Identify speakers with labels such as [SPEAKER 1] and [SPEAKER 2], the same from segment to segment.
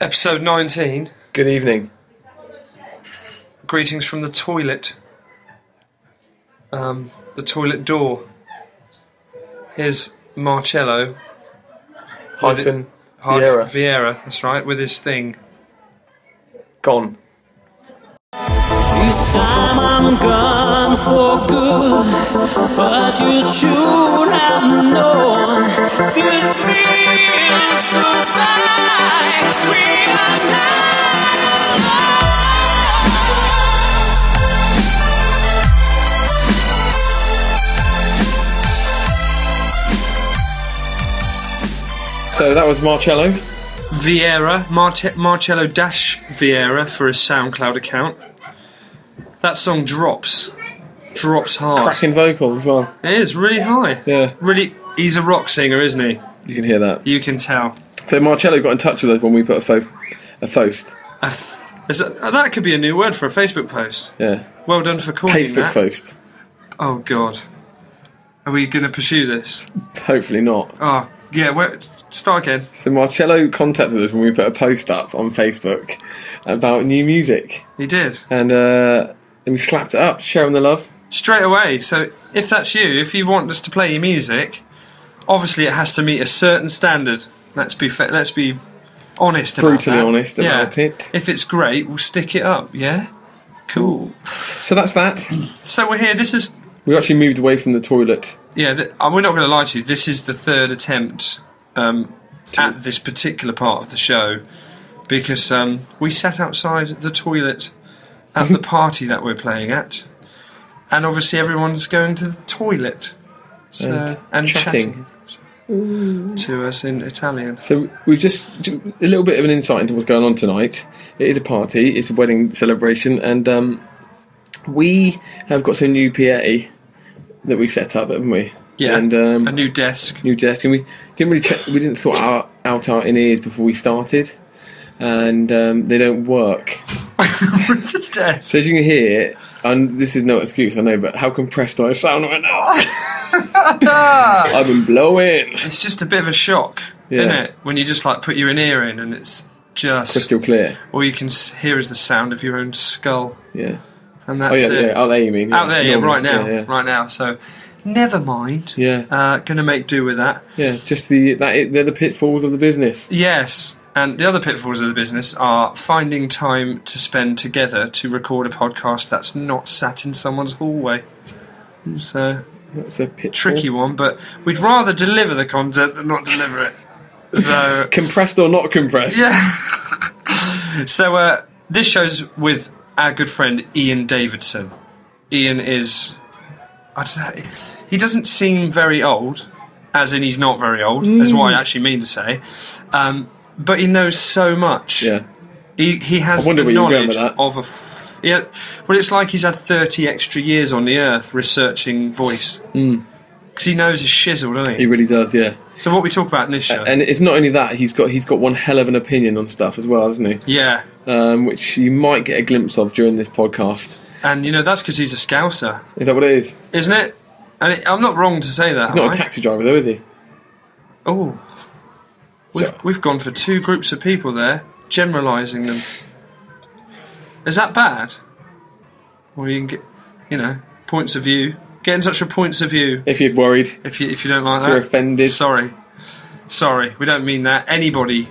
[SPEAKER 1] Episode 19
[SPEAKER 2] Good evening.
[SPEAKER 1] Greetings from the toilet. Um, the toilet door. Here's Marcello. with it-
[SPEAKER 2] Hyphen
[SPEAKER 1] Hyph-
[SPEAKER 2] Vieira.
[SPEAKER 1] Vieira, that's right, with his thing.
[SPEAKER 2] gone.
[SPEAKER 3] This time I'm gone for good, but you should have known this means goodbye. We are
[SPEAKER 2] So that was Marcello.
[SPEAKER 1] Vieira, Marte- Marcello Dash Vieira for his SoundCloud account. That song drops. Drops hard.
[SPEAKER 2] Cracking vocal as well.
[SPEAKER 1] It is really high.
[SPEAKER 2] Yeah.
[SPEAKER 1] Really, he's a rock singer, isn't he?
[SPEAKER 2] You can hear that.
[SPEAKER 1] You can tell.
[SPEAKER 2] So Marcello got in touch with us when we put a fo- a post.
[SPEAKER 1] A f- is that, that could be a new word for a Facebook post.
[SPEAKER 2] Yeah.
[SPEAKER 1] Well done for calling
[SPEAKER 2] Facebook
[SPEAKER 1] that.
[SPEAKER 2] post.
[SPEAKER 1] Oh God, are we going to pursue this?
[SPEAKER 2] Hopefully not.
[SPEAKER 1] Oh yeah, where, start again.
[SPEAKER 2] So Marcello contacted us when we put a post up on Facebook about new music.
[SPEAKER 1] He did
[SPEAKER 2] And uh and we slapped it up, sharing the love.
[SPEAKER 1] straight away. So if that's you, if you want us to play your music, obviously it has to meet a certain standard. Let's be fa- let's be honest. About
[SPEAKER 2] Brutally
[SPEAKER 1] that.
[SPEAKER 2] honest
[SPEAKER 1] Yeah.
[SPEAKER 2] about it.
[SPEAKER 1] If it's great, we'll stick it up. Yeah. Cool.
[SPEAKER 2] So that's that.
[SPEAKER 1] So we're here. This is
[SPEAKER 2] We actually moved away from the toilet.
[SPEAKER 1] yeah. Th- uh, we're not going to lie to you. This is the third attempt um, at this particular part of the show because um, we sat outside the toilet at the party that we're playing at, and obviously everyone's going to the toilet so, uh,
[SPEAKER 2] And
[SPEAKER 1] and,
[SPEAKER 2] chatting.
[SPEAKER 1] chatting. to us in Italian.
[SPEAKER 2] So we've just j- a little bit of an insight into what's going on tonight. It is a party, it's a wedding celebration, and um, we have got some new PA that we set up, haven't we?
[SPEAKER 1] Yeah,
[SPEAKER 2] And um,
[SPEAKER 1] a new desk.
[SPEAKER 2] new desk, and we didn't really check, we didn't sort our, out our in ears before we started, and um, they don't work.
[SPEAKER 1] the desk.
[SPEAKER 2] So as you can hear, and this is no excuse, I know, but how compressed do I sound right now? I've been blowing.
[SPEAKER 1] It's just a bit of a shock,
[SPEAKER 2] Yeah.
[SPEAKER 1] isn't it? When you just like put your in ear in and it's just
[SPEAKER 2] Crystal clear.
[SPEAKER 1] all you can s- hear is the sound of your own skull,
[SPEAKER 2] Yeah.
[SPEAKER 1] and
[SPEAKER 2] Oh
[SPEAKER 1] that's
[SPEAKER 2] yeah,
[SPEAKER 1] it.
[SPEAKER 2] yeah. Out there, you mean?
[SPEAKER 1] Out there, yeah,
[SPEAKER 2] normal.
[SPEAKER 1] right now,
[SPEAKER 2] Yeah, yeah.
[SPEAKER 1] right now. So, never mind.
[SPEAKER 2] Yeah.
[SPEAKER 1] Uh, gonna make do with that.
[SPEAKER 2] Yeah, just the that they're the pitfalls of the business.
[SPEAKER 1] Yes. And the other pitfalls of the business are finding time to spend together to record a podcast that's not sat in someone's hallway. So,
[SPEAKER 2] That's a pitfall.
[SPEAKER 1] tricky one, but we'd rather deliver the content than not deliver it. So,
[SPEAKER 2] Compressed or not compressed?
[SPEAKER 1] yeah. so, uh, this show's with our good friend Ian Davidson. Ian is, I don't know, he doesn't seem very old, as in he's not very old, is what
[SPEAKER 2] Mm.
[SPEAKER 1] I actually mean to say. Um, but he knows so much.
[SPEAKER 2] Yeah.
[SPEAKER 1] He, he has
[SPEAKER 2] I wonder
[SPEAKER 1] the
[SPEAKER 2] where you were going
[SPEAKER 1] knowledge
[SPEAKER 2] with that.
[SPEAKER 1] of a. f- Yeah, well, it's like he's had 30 extra years on the earth researching voice. Because he knows his shizzle, doesn't
[SPEAKER 2] Mm. He
[SPEAKER 1] he?
[SPEAKER 2] really does, yeah.
[SPEAKER 1] So, what we talk about in this show.
[SPEAKER 2] And it's not only that he's got he's got one hell of an opinion on stuff as well, isn't he?
[SPEAKER 1] yeah.
[SPEAKER 2] Um, which you might get a glimpse of during this podcast.
[SPEAKER 1] And, you know, that's because he's a scouser,
[SPEAKER 2] Is that what it is? He's
[SPEAKER 1] isn't it? And it, I'm not wrong to say that. am
[SPEAKER 2] not
[SPEAKER 1] I?
[SPEAKER 2] a taxi driver though, is he?
[SPEAKER 1] Oh. We've,
[SPEAKER 2] So-
[SPEAKER 1] we've gone for two groups of people there, generalising them. Is that bad? Well, you can get, you know, points of view. Get in touch with points of view
[SPEAKER 2] If you're worried,
[SPEAKER 1] if you, if you don't like that.
[SPEAKER 2] you're offended.
[SPEAKER 1] Sorry. Sorry, we don't mean that. Anybody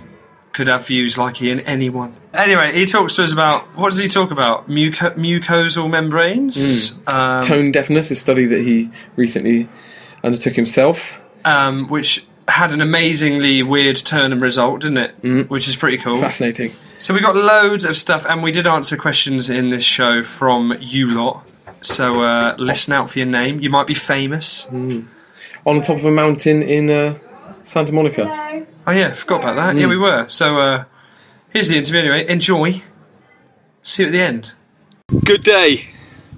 [SPEAKER 1] could have views like Ian, anyone. Anyway, he talks to us about what does he talk about? Muco- mucosal
[SPEAKER 2] Hmm.
[SPEAKER 1] membranes, um,
[SPEAKER 2] Tone deafness, a study that he recently undertook himself.
[SPEAKER 1] um, which had an amazingly weird turn and result, didn't it? Which is pretty cool.
[SPEAKER 2] Fascinating.
[SPEAKER 1] So we got loads of stuff, and we did answer questions in this show from you lot. So uh, listen out for your name. You might be famous.
[SPEAKER 2] On top of a mountain in uh, Santa Monica.
[SPEAKER 1] Oh yeah, forgot about that. Yeah, we were. So uh, here's the interview anyway. Enjoy. See you at the end.
[SPEAKER 2] Good day.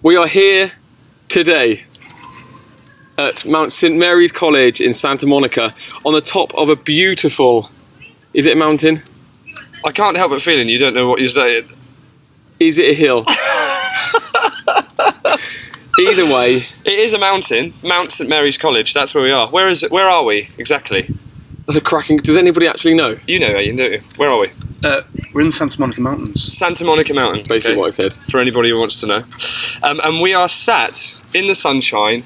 [SPEAKER 2] We are here today at Mount St Mary's College in Santa Monica on the top of a beautiful. Is it a mountain?
[SPEAKER 4] I can't help but feeling you don't know what you're saying.
[SPEAKER 2] Is it a hill? Either way,
[SPEAKER 4] It is a mountain, Mount St Mary's College. That's where we are. Where is? Where are we exactly?
[SPEAKER 2] that's a cracking. Does anybody actually know?
[SPEAKER 4] You know, Ian, don't you? Where are we?
[SPEAKER 2] Uh,
[SPEAKER 5] We're in the Santa Monica Mountains.
[SPEAKER 1] Santa Monica Mountain.
[SPEAKER 6] Basically,
[SPEAKER 1] okay,
[SPEAKER 6] what I said.
[SPEAKER 1] For anybody who wants to know. Um, and we are sat in the sunshine.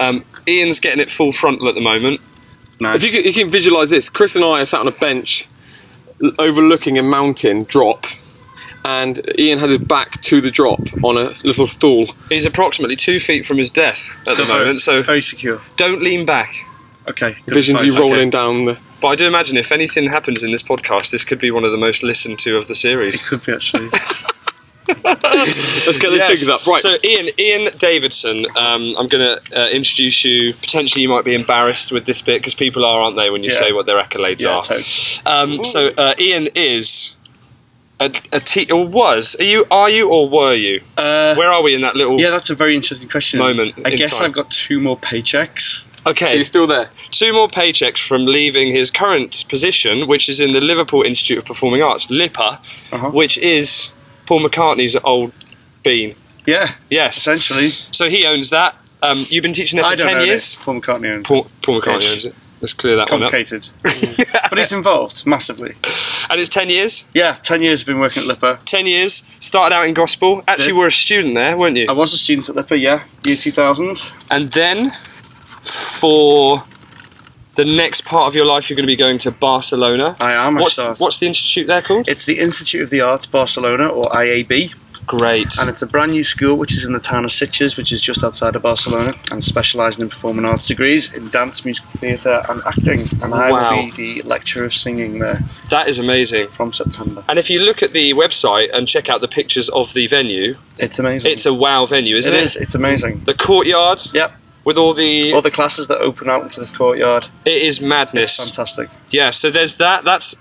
[SPEAKER 1] Um, Ian's getting it full frontal at the moment.
[SPEAKER 5] Nice.
[SPEAKER 6] If you can, you can visualize this, Chris and I are sat on a bench l- overlooking a mountain drop, and Ian has his back to the drop on a little stool.
[SPEAKER 1] He's approximately two feet from his death at the moment, so
[SPEAKER 5] very secure.
[SPEAKER 1] don't lean back.
[SPEAKER 5] Okay. good
[SPEAKER 6] Visions you
[SPEAKER 5] advice.
[SPEAKER 6] rolling down the.
[SPEAKER 1] But I do imagine if anything happens in this podcast, this could be one of the most listened to of the series.
[SPEAKER 5] Could be actually.
[SPEAKER 6] Let's get this
[SPEAKER 1] Yes.
[SPEAKER 6] figured up. Right.
[SPEAKER 1] So, Ian, Ian Davidson, um, I'm going to uh, introduce you. Potentially, you might be embarrassed with this bit because people are, aren't they, when you
[SPEAKER 5] Yeah.
[SPEAKER 1] say what their accolades
[SPEAKER 5] yeah,
[SPEAKER 1] are.
[SPEAKER 5] totally.
[SPEAKER 1] Um, so, uh, Ian is a, a te- or was. Are you? Are you or were you?
[SPEAKER 5] Uh,
[SPEAKER 1] Where are we in that little?
[SPEAKER 5] yeah, that's a very interesting question.
[SPEAKER 1] Moment
[SPEAKER 5] I
[SPEAKER 1] in
[SPEAKER 5] guess
[SPEAKER 1] time.
[SPEAKER 5] I've got two more paychecks.
[SPEAKER 6] So
[SPEAKER 1] Okay.
[SPEAKER 6] you're still there.
[SPEAKER 1] Two more paychecks from leaving his current position, which is in the Liverpool Institute of Performing Arts, LIPA,
[SPEAKER 5] Uh-huh.
[SPEAKER 1] which is Paul McCartney's old bean.
[SPEAKER 5] Yeah,
[SPEAKER 1] Yes.
[SPEAKER 5] essentially.
[SPEAKER 1] So he owns that. Um, you've been teaching there for
[SPEAKER 5] I don't
[SPEAKER 1] ten
[SPEAKER 5] know
[SPEAKER 1] years.
[SPEAKER 5] this. Paul McCartney owns. it.
[SPEAKER 1] Paul, Paul McCartney
[SPEAKER 5] Ish.
[SPEAKER 1] owns it. Let's clear that one up.
[SPEAKER 5] Complicated, but he's involved massively.
[SPEAKER 1] And it's ten years.
[SPEAKER 5] Yeah, ten years I've been working at Lipper.
[SPEAKER 1] Ten years. Started out in gospel. Actually,
[SPEAKER 5] Did.
[SPEAKER 1] were a student there, weren't you?
[SPEAKER 5] I was a student at Lipper. Yeah, year two thousand.
[SPEAKER 1] And then for the next part of your life, you're going to be going to Barcelona.
[SPEAKER 5] I am, I
[SPEAKER 1] What's,
[SPEAKER 5] start.
[SPEAKER 1] what's the institute there called?
[SPEAKER 5] It's the Institute of the Arts Barcelona, or IAB,
[SPEAKER 1] Great.
[SPEAKER 5] and it's a brand new school which is in the town of Sitges, which is just outside of Barcelona, and specialising in performing arts degrees in dance, musical theatre, and acting. And I
[SPEAKER 1] Wow.
[SPEAKER 5] will be the lecturer of singing there
[SPEAKER 1] That is amazing.
[SPEAKER 5] from September.
[SPEAKER 1] And if you look at the website and check out the pictures of the venue,
[SPEAKER 5] It's amazing.
[SPEAKER 1] it's a wow venue,
[SPEAKER 5] it
[SPEAKER 1] isn't it?
[SPEAKER 5] is. It's amazing.
[SPEAKER 1] The courtyard
[SPEAKER 5] Yep.
[SPEAKER 1] with all the
[SPEAKER 5] All the classes that open out into this courtyard.
[SPEAKER 1] it is madness.
[SPEAKER 5] Fantastic.
[SPEAKER 1] Yeah, so there's that. That's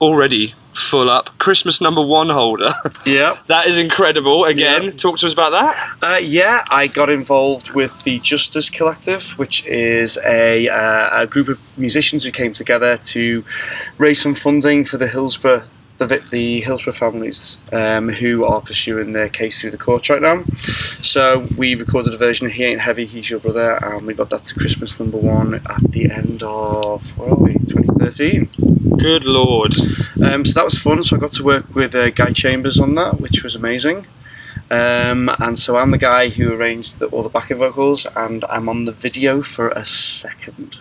[SPEAKER 1] already full up. Christmas number one holder.
[SPEAKER 5] Yeah.
[SPEAKER 1] that is incredible. Again,
[SPEAKER 5] Yeah.
[SPEAKER 1] talk to us about that.
[SPEAKER 5] Uh, yeah, I got involved with the Justice Collective, which is a, uh, a group of musicians who came together to raise some funding for the Hillsborough. The, vic- the Hillsborough families um, who are pursuing their case through the courts right now. So we recorded a version of He Ain't Heavy, He's Your Brother, and we got that to Christmas number one at the end of, where are we, 2013.
[SPEAKER 1] Good lord.
[SPEAKER 5] Um, so that was fun. So I got to work with uh, Guy Chambers on that, which was amazing. Um, and so I'm the guy who arranged the, all the backing vocals, and I'm on the video for a second.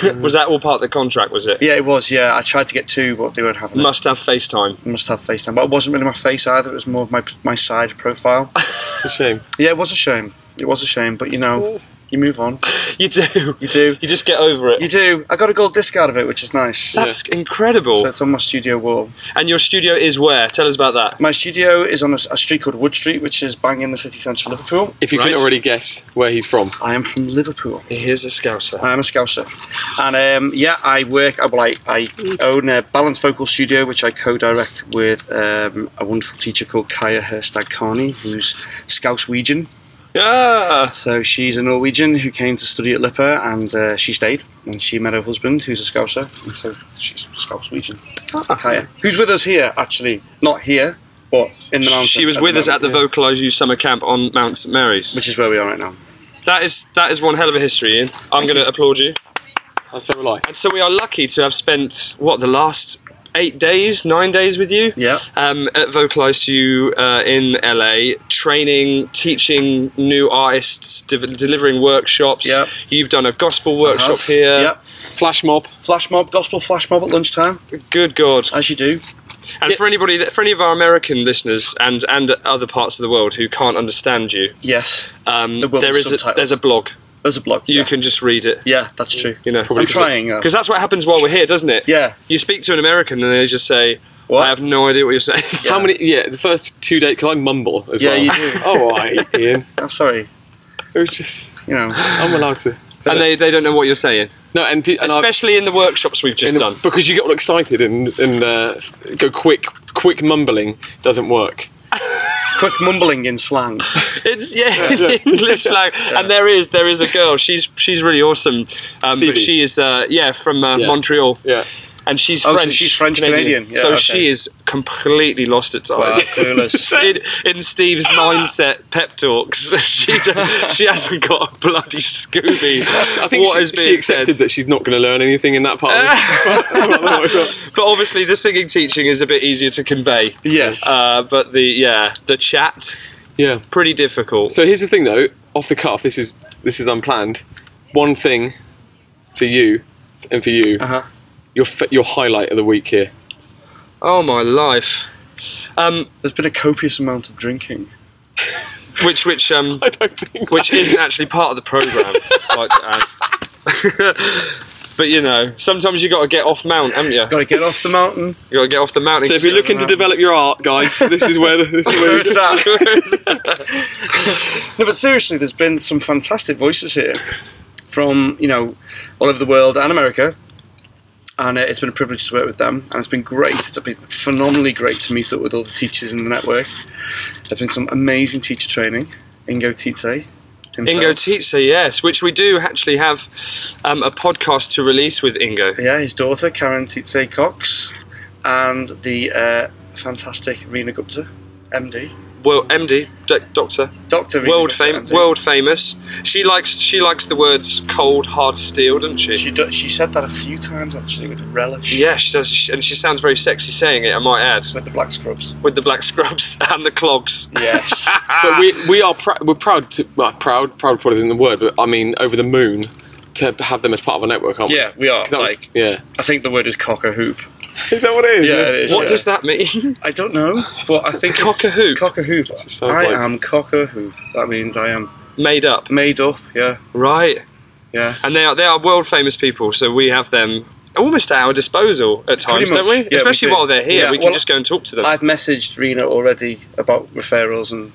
[SPEAKER 1] was that all part of the contract? Was it?
[SPEAKER 5] Yeah, it was. Yeah, I tried to get two, but they weren't having
[SPEAKER 1] Must have FaceTime.
[SPEAKER 5] it. Must have FaceTime, but it wasn't really my face either. It was more of my my side profile.
[SPEAKER 6] It's a shame.
[SPEAKER 5] yeah, it was a shame. It was a shame, but you know, you move on.
[SPEAKER 1] You do.
[SPEAKER 5] You do.
[SPEAKER 1] You just get over it.
[SPEAKER 5] You do. I got a gold disc out of it, which is nice.
[SPEAKER 1] That's incredible.
[SPEAKER 5] So it's on my studio wall.
[SPEAKER 1] and your studio is where? Tell us about that.
[SPEAKER 5] My studio is on a, a street called Wood Street, which is bang in the city centre of Liverpool.
[SPEAKER 6] If you
[SPEAKER 1] Right.
[SPEAKER 6] can already guess where he's from,
[SPEAKER 5] I am from Liverpool.
[SPEAKER 1] Here's a scouser.
[SPEAKER 5] I'm a scouser, and um, yeah, I work. uh, Well, I, I own a Balanced Vocal Studio, which I co-direct with um, a wonderful teacher called Kaya Herstad Carney, who's Scouswegian.
[SPEAKER 1] Yeah.
[SPEAKER 5] So she's a Norwegian who came to study at Lipper, and uh, she stayed, and she met her husband, who's a Scouser, and so she's Scouswegian. Kaya, who's with us here, actually, not here, but in the mountains.
[SPEAKER 1] She was with us at the Vocalise You Summer Camp on Mount St Mary's.
[SPEAKER 5] which is where we are right now.
[SPEAKER 1] that is that is one hell of a history, Ian. I'm going to applaud you.
[SPEAKER 6] and so will I.
[SPEAKER 1] And so we are lucky to have spent what the last eight days, nine days with you.
[SPEAKER 5] Yeah.
[SPEAKER 1] Um, at Vocalize U uh, in LA, training, teaching new artists, de- delivering workshops.
[SPEAKER 5] Yeah. Uh-huh.
[SPEAKER 1] You've done a gospel workshop here.
[SPEAKER 5] Yep.
[SPEAKER 6] Flash mob.
[SPEAKER 5] Flash mob, gospel flash mob at lunchtime,
[SPEAKER 1] Good God!
[SPEAKER 5] as you do.
[SPEAKER 1] And for anybody, that, for any of our American listeners and and other parts of the world who can't understand you,
[SPEAKER 5] Yes.
[SPEAKER 1] um,
[SPEAKER 5] There will be
[SPEAKER 1] there is a,
[SPEAKER 5] subtitles.
[SPEAKER 1] there's a blog.
[SPEAKER 5] There's a blog.
[SPEAKER 1] You
[SPEAKER 5] yeah.
[SPEAKER 1] can just read it.
[SPEAKER 5] Yeah, that's true.
[SPEAKER 1] You know,
[SPEAKER 5] I'm trying. though.
[SPEAKER 1] Because that's what happens while we're here, doesn't it?
[SPEAKER 5] Yeah.
[SPEAKER 1] You speak to an American and they just say,
[SPEAKER 5] What?
[SPEAKER 1] "I have no idea what you're saying."
[SPEAKER 6] How many? Yeah, the first two days. Because I mumble as
[SPEAKER 5] Yeah,
[SPEAKER 6] well.
[SPEAKER 5] you do.
[SPEAKER 6] oh, I, Ian.
[SPEAKER 5] Oh, sorry.
[SPEAKER 6] It was just.
[SPEAKER 5] You know.
[SPEAKER 6] I'm allowed to.
[SPEAKER 1] and they, they don't know what you're saying,
[SPEAKER 6] No, and, the- and I-
[SPEAKER 1] especially in the workshops we've just
[SPEAKER 6] in the-
[SPEAKER 1] done.
[SPEAKER 6] because you get all excited and and uh, go quick. Quick mumbling doesn't work.
[SPEAKER 5] Quick mumbling in slang.
[SPEAKER 1] It's yeah, in English slang. And there is there is a girl. She's she's really awesome. Um, but
[SPEAKER 6] Stevie.
[SPEAKER 1] she is uh, yeah from uh,
[SPEAKER 6] Yeah.
[SPEAKER 1] Montreal.
[SPEAKER 6] Yeah.
[SPEAKER 1] and she's
[SPEAKER 5] Oh, so
[SPEAKER 1] French.
[SPEAKER 5] she's French Canadian. Yeah,
[SPEAKER 1] so
[SPEAKER 5] okay.
[SPEAKER 1] she is completely lost at times.
[SPEAKER 5] Wow, that's clueless.
[SPEAKER 1] in, in Steve's mindset pep talks, she d- she hasn't got a bloody Scooby.
[SPEAKER 6] I think
[SPEAKER 1] what
[SPEAKER 6] she,
[SPEAKER 1] is being
[SPEAKER 6] she accepted
[SPEAKER 1] said.
[SPEAKER 6] that she's not going to learn anything in that part. Of the
[SPEAKER 1] But obviously, the singing teaching is a bit easier to convey.
[SPEAKER 5] Yes.
[SPEAKER 1] Uh, but the yeah, the chat
[SPEAKER 6] yeah.
[SPEAKER 1] pretty difficult.
[SPEAKER 6] So here's the thing, though. Off the cuff, this is this is unplanned. One thing for you and for you,
[SPEAKER 5] Uh-huh.
[SPEAKER 6] your f- your highlight of the week here.
[SPEAKER 1] oh my life. Um,
[SPEAKER 5] There's been a copious amount of drinking.
[SPEAKER 1] which which um
[SPEAKER 6] I don't think.
[SPEAKER 1] which isn't actually part of the program. I'd like to add. but you know, sometimes you got to get off mount, haven't you?
[SPEAKER 5] Got to get off the mountain.
[SPEAKER 1] You got to get off the mountain.
[SPEAKER 6] So if you're looking to develop your art, guys, this is where the, this is where you-
[SPEAKER 5] No, but seriously, there's been some fantastic voices here from you know all over the world and America, and uh, it's been a privilege to work with them, and it's been great. It's been phenomenally great to meet up with all the teachers in the network. There's been some amazing teacher training. Ingo Tite. himself.
[SPEAKER 1] Ingo Tietze, yes, which we do actually have um, a podcast to release with Ingo.
[SPEAKER 5] Yeah, his daughter Karen Tite Cox, and the uh, fantastic Rena Gupta, MD.
[SPEAKER 1] Well, MD, doc- Doctor,
[SPEAKER 5] Doctor Rena
[SPEAKER 1] world
[SPEAKER 5] Gupta,
[SPEAKER 1] fam-
[SPEAKER 5] MD.
[SPEAKER 1] world famous. She likes she likes the words cold hard steel, doesn't she?
[SPEAKER 5] She, do- she said that a few times actually with relish.
[SPEAKER 1] yeah, she does, she- and she sounds very sexy saying it. I might add,
[SPEAKER 5] With the black scrubs.
[SPEAKER 1] with the black scrubs and the clogs.
[SPEAKER 5] Yes.
[SPEAKER 6] but we we are pr- we're proud to well, proud proud probably isn't the word, but I mean over the moon to have them as part of a network, aren't
[SPEAKER 5] yeah, we are.
[SPEAKER 6] we? That-
[SPEAKER 5] Like,
[SPEAKER 6] yeah,
[SPEAKER 5] I think the word is cock a hoop.
[SPEAKER 6] is that what it is?
[SPEAKER 5] Yeah, it is.
[SPEAKER 1] What
[SPEAKER 5] yeah.
[SPEAKER 1] does that mean?
[SPEAKER 5] I don't know, but I think
[SPEAKER 1] Cock a hoop?
[SPEAKER 5] Cock a hoop.
[SPEAKER 6] sounds
[SPEAKER 5] I
[SPEAKER 6] like-
[SPEAKER 5] am cock a hoop. That means I am
[SPEAKER 1] Made up,
[SPEAKER 5] made up. Yeah,
[SPEAKER 1] right?
[SPEAKER 5] yeah.
[SPEAKER 1] And they are they are world famous people, so we have them almost at our disposal at times,
[SPEAKER 5] much,
[SPEAKER 1] don't we?
[SPEAKER 5] yeah, we
[SPEAKER 1] Especially
[SPEAKER 5] do.
[SPEAKER 1] while they're here,
[SPEAKER 5] Yeah,
[SPEAKER 1] we can
[SPEAKER 5] well,
[SPEAKER 1] just go and talk to them.
[SPEAKER 5] I've messaged Rena already about referrals and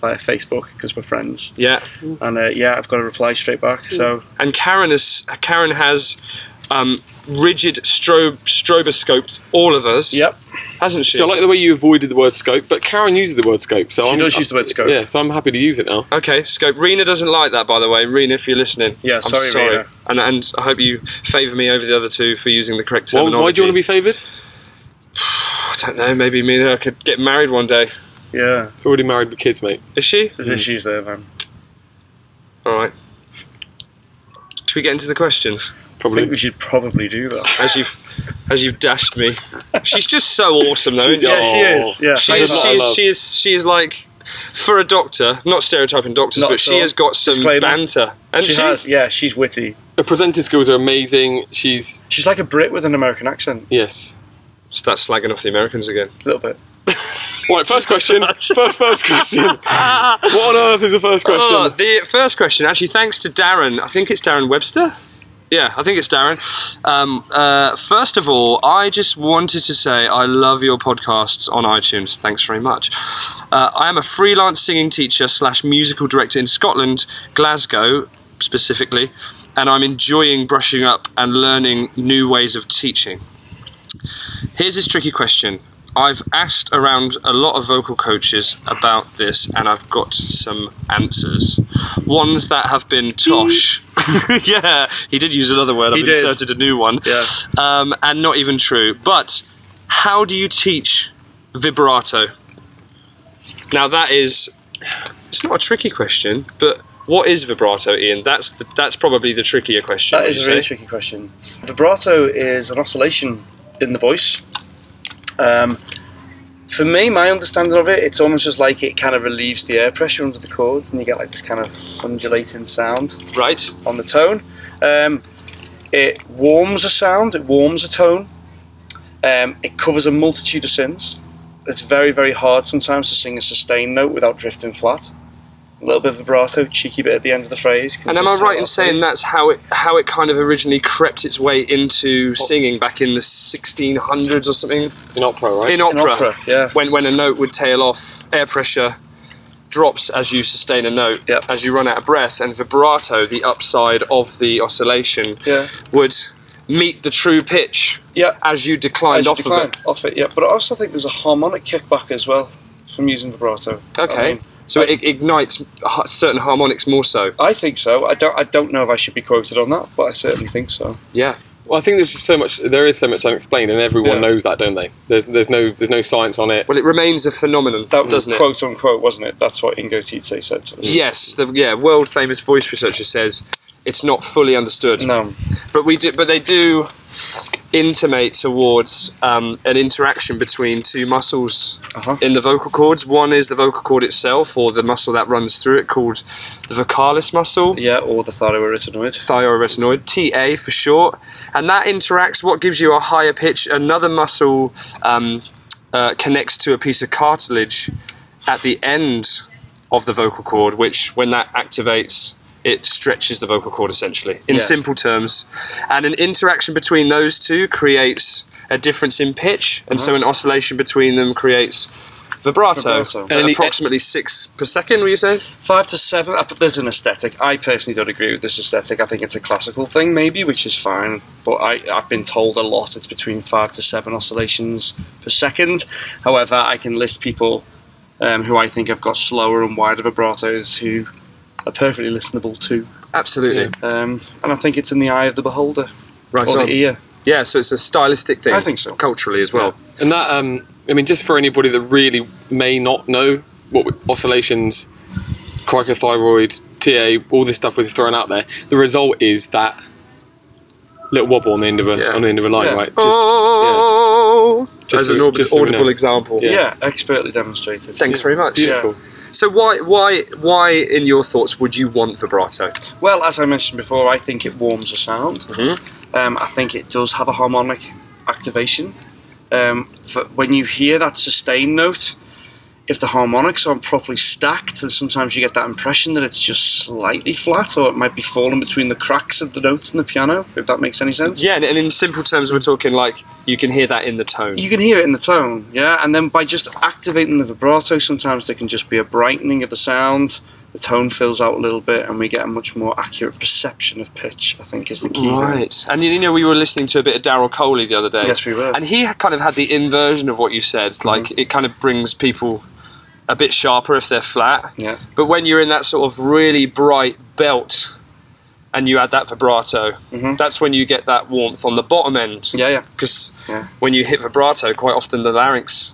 [SPEAKER 5] like Facebook because we're friends,
[SPEAKER 1] yeah.
[SPEAKER 5] and uh, yeah, I've got a reply straight back. So
[SPEAKER 1] and Karen has Karen has um, rigid strobe stroboscoped all of us.
[SPEAKER 5] yep,
[SPEAKER 1] hasn't she?
[SPEAKER 6] So I like the way you avoided the word scope, but Karen uses the word scope. So
[SPEAKER 5] she
[SPEAKER 6] I'm,
[SPEAKER 5] does use the word scope.
[SPEAKER 6] yeah, so I'm happy to use it now.
[SPEAKER 1] okay, scope. Rena doesn't like that, by the way. Rena, if you're listening,
[SPEAKER 5] Yeah,
[SPEAKER 1] I'm
[SPEAKER 5] sorry, Rena.
[SPEAKER 1] And, and I hope you favour me over the other two for using the correct
[SPEAKER 6] Why,
[SPEAKER 1] terminology.
[SPEAKER 6] why do you want to be favoured?
[SPEAKER 1] I don't know. Maybe me and her could get married one day.
[SPEAKER 5] yeah.
[SPEAKER 6] You're already married with kids, mate.
[SPEAKER 1] Is she?
[SPEAKER 5] There's issues there, man.
[SPEAKER 1] All right. Should we get into the questions?
[SPEAKER 5] I think
[SPEAKER 6] Probably.
[SPEAKER 5] we should probably do that.
[SPEAKER 1] As you've as you've dashed me, she's just so awesome, though. isn't she?
[SPEAKER 5] yeah, she is. Yeah,
[SPEAKER 1] She
[SPEAKER 5] I
[SPEAKER 1] is,
[SPEAKER 5] love
[SPEAKER 1] she,
[SPEAKER 5] her.
[SPEAKER 1] is, she is she is like for a doctor, not stereotyping doctors,
[SPEAKER 5] Not
[SPEAKER 1] but
[SPEAKER 5] at
[SPEAKER 1] she
[SPEAKER 5] all.
[SPEAKER 1] has got some
[SPEAKER 5] Disclaimer.
[SPEAKER 1] banter. And
[SPEAKER 5] She
[SPEAKER 1] she,
[SPEAKER 5] has. Yeah, she's witty.
[SPEAKER 6] Her presenting skills are amazing. She's
[SPEAKER 5] She's like a Brit with an American accent,
[SPEAKER 6] yes.
[SPEAKER 1] starts slagging off the Americans again.
[SPEAKER 5] a little bit.
[SPEAKER 6] Right, first question. first, first question. what on earth is the first question?
[SPEAKER 1] Oh, the first question, actually, thanks to Darren. I think it's Darren Webster. Yeah, I think it's Darren. Um, uh, first of all, I just wanted to say I love your podcasts on iTunes. Thanks very much. Uh, I am a freelance singing teacher slash musical director in Scotland, Glasgow specifically, and I'm enjoying brushing up and learning new ways of teaching. Here's this tricky question. I've asked around a lot of vocal coaches about this and I've got some answers. Ones that have been tosh. yeah, he did use another word. I've
[SPEAKER 5] did.
[SPEAKER 1] inserted a new one.
[SPEAKER 5] Yeah.
[SPEAKER 1] Um, and not even true. But how do you teach vibrato? Now, that is. It's not a tricky question, but what is vibrato, Ian? That's the, that's probably the trickier question.
[SPEAKER 5] That
[SPEAKER 1] would
[SPEAKER 5] is
[SPEAKER 1] you
[SPEAKER 5] a really
[SPEAKER 1] say?
[SPEAKER 5] tricky question. Vibrato is an oscillation in the voice. Um, for me, my understanding of it, it's almost just like it kind of relieves the air pressure under the chords, and you get like this kind of undulating sound
[SPEAKER 1] Right?
[SPEAKER 5] on the tone. Um, it warms a sound, it warms a tone. Um, it covers a multitude of sins. It's very, very hard sometimes to sing a sustained note without drifting flat. A little bit of vibrato, cheeky bit at the end of the phrase. can
[SPEAKER 1] And am I
[SPEAKER 5] just tell
[SPEAKER 1] right in
[SPEAKER 5] off.
[SPEAKER 1] saying that's how it how it kind of originally crept its way into singing back in the 1600s or something
[SPEAKER 6] in opera, right?
[SPEAKER 1] in opera?
[SPEAKER 5] opera, yeah.
[SPEAKER 1] When when a note would tail off, air pressure drops as you sustain a note,
[SPEAKER 5] Yep.
[SPEAKER 1] as you run out of breath, and vibrato, the upside of the oscillation,
[SPEAKER 5] Yeah.
[SPEAKER 1] would meet the true pitch
[SPEAKER 5] Yeah.
[SPEAKER 1] as you declined
[SPEAKER 5] As you
[SPEAKER 1] off
[SPEAKER 5] decline
[SPEAKER 1] of it.
[SPEAKER 5] Off it, yeah. But I also think there's a harmonic kickback as well from using vibrato.
[SPEAKER 1] Okay.
[SPEAKER 5] I, mean,
[SPEAKER 1] so it ignites ha- certain harmonics more so.
[SPEAKER 5] I think so. I don't. I don't know if I should be quoted on that, but I certainly think so.
[SPEAKER 1] Yeah.
[SPEAKER 6] Well, I think there's just so much. There is so much unexplained, and everyone
[SPEAKER 5] Yeah.
[SPEAKER 6] knows that, don't they? There's there's no there's no science on it.
[SPEAKER 1] Well, it remains a phenomenon,
[SPEAKER 5] That was
[SPEAKER 1] doesn't it?
[SPEAKER 5] quote unquote, wasn't it? That's what Ingo Tite said.
[SPEAKER 1] Yes, the yeah, world famous voice researcher says it's not fully understood.
[SPEAKER 5] No.
[SPEAKER 1] But we do, but they do intimate towards um, an interaction between two muscles
[SPEAKER 5] Uh-huh.
[SPEAKER 1] in the vocal cords. One is the vocal cord itself, or the muscle that runs through it, called the vocalis muscle.
[SPEAKER 5] Yeah, or the thyroarytenoid.
[SPEAKER 1] Thyroretinoid, TA for short, and that interacts. What gives you a higher pitch? Another muscle um, uh, connects to a piece of cartilage at the end of the vocal cord, which, when that activates, it stretches the vocal cord essentially. In
[SPEAKER 5] Yeah.
[SPEAKER 1] simple terms, and an interaction between those two creates a difference in pitch, and
[SPEAKER 5] Uh-huh.
[SPEAKER 1] so an oscillation between them creates. Vibrato,
[SPEAKER 5] Vibrato.
[SPEAKER 1] at approximately six per second. Were you saying?
[SPEAKER 5] Five to seven, uh, but there's an aesthetic. I personally don't agree with this aesthetic. I think it's a classical thing, maybe, which is fine. But I, I've been told a lot it's between five to seven oscillations per second. However, I can list people um, who I think have got slower and wider vibratos who are perfectly listenable to.
[SPEAKER 1] Absolutely,
[SPEAKER 5] Um, and I think it's in the eye of the beholder
[SPEAKER 1] right
[SPEAKER 5] or
[SPEAKER 1] on.
[SPEAKER 5] the ear.
[SPEAKER 1] Yeah, so it's a stylistic thing.
[SPEAKER 5] I think so.
[SPEAKER 1] Culturally as well.
[SPEAKER 6] And that, um, I mean, just for anybody that really may not know what we- oscillations, cricothyroid, TA, all this stuff was thrown out there, the result is that little wobble on the end of a
[SPEAKER 1] Yeah.
[SPEAKER 6] on the end of a line,
[SPEAKER 5] Yeah.
[SPEAKER 6] right? Just,
[SPEAKER 1] oh,
[SPEAKER 6] Just
[SPEAKER 1] as
[SPEAKER 6] so-
[SPEAKER 1] an aud-
[SPEAKER 6] just so we
[SPEAKER 1] audible
[SPEAKER 6] know.
[SPEAKER 1] example.
[SPEAKER 5] Yeah,
[SPEAKER 6] Yeah.
[SPEAKER 5] expertly demonstrated.
[SPEAKER 1] Thanks very much.
[SPEAKER 5] Beautiful.
[SPEAKER 1] So why, why, why, in your thoughts, would you want vibrato?
[SPEAKER 5] Well, as I mentioned before, I think it warms a sound. Um, I think it does have a harmonic activation. Um, for when you hear that sustained note, if the harmonics aren't properly stacked, then sometimes you get that impression that it's just slightly flat or it might be falling between the cracks of the notes in the piano, if that makes any sense.
[SPEAKER 1] Yeah, and, and in simple terms, we're talking like you can hear that in the tone.
[SPEAKER 5] You can hear it in the tone, yeah, and then by just activating the vibrato, sometimes there can just be a brightening of the sound. The tone fills out a little bit, and we get a much more accurate perception of pitch. I think is the key. here.
[SPEAKER 1] Right, and you, you know we were listening to a bit of Daryl Coley the other day.
[SPEAKER 5] Yes, we were. Mm-hmm.
[SPEAKER 1] And he ha- kind of had the inversion of what you said. Like it kind of brings people a bit sharper if they're flat.
[SPEAKER 5] Yeah.
[SPEAKER 1] But when you're in that sort of really bright belt, and you add that vibrato, that's when you get that warmth on the bottom end.
[SPEAKER 5] Mm-hmm. Yeah, yeah.
[SPEAKER 1] because
[SPEAKER 5] Yeah.
[SPEAKER 1] when you hit vibrato, quite often the larynx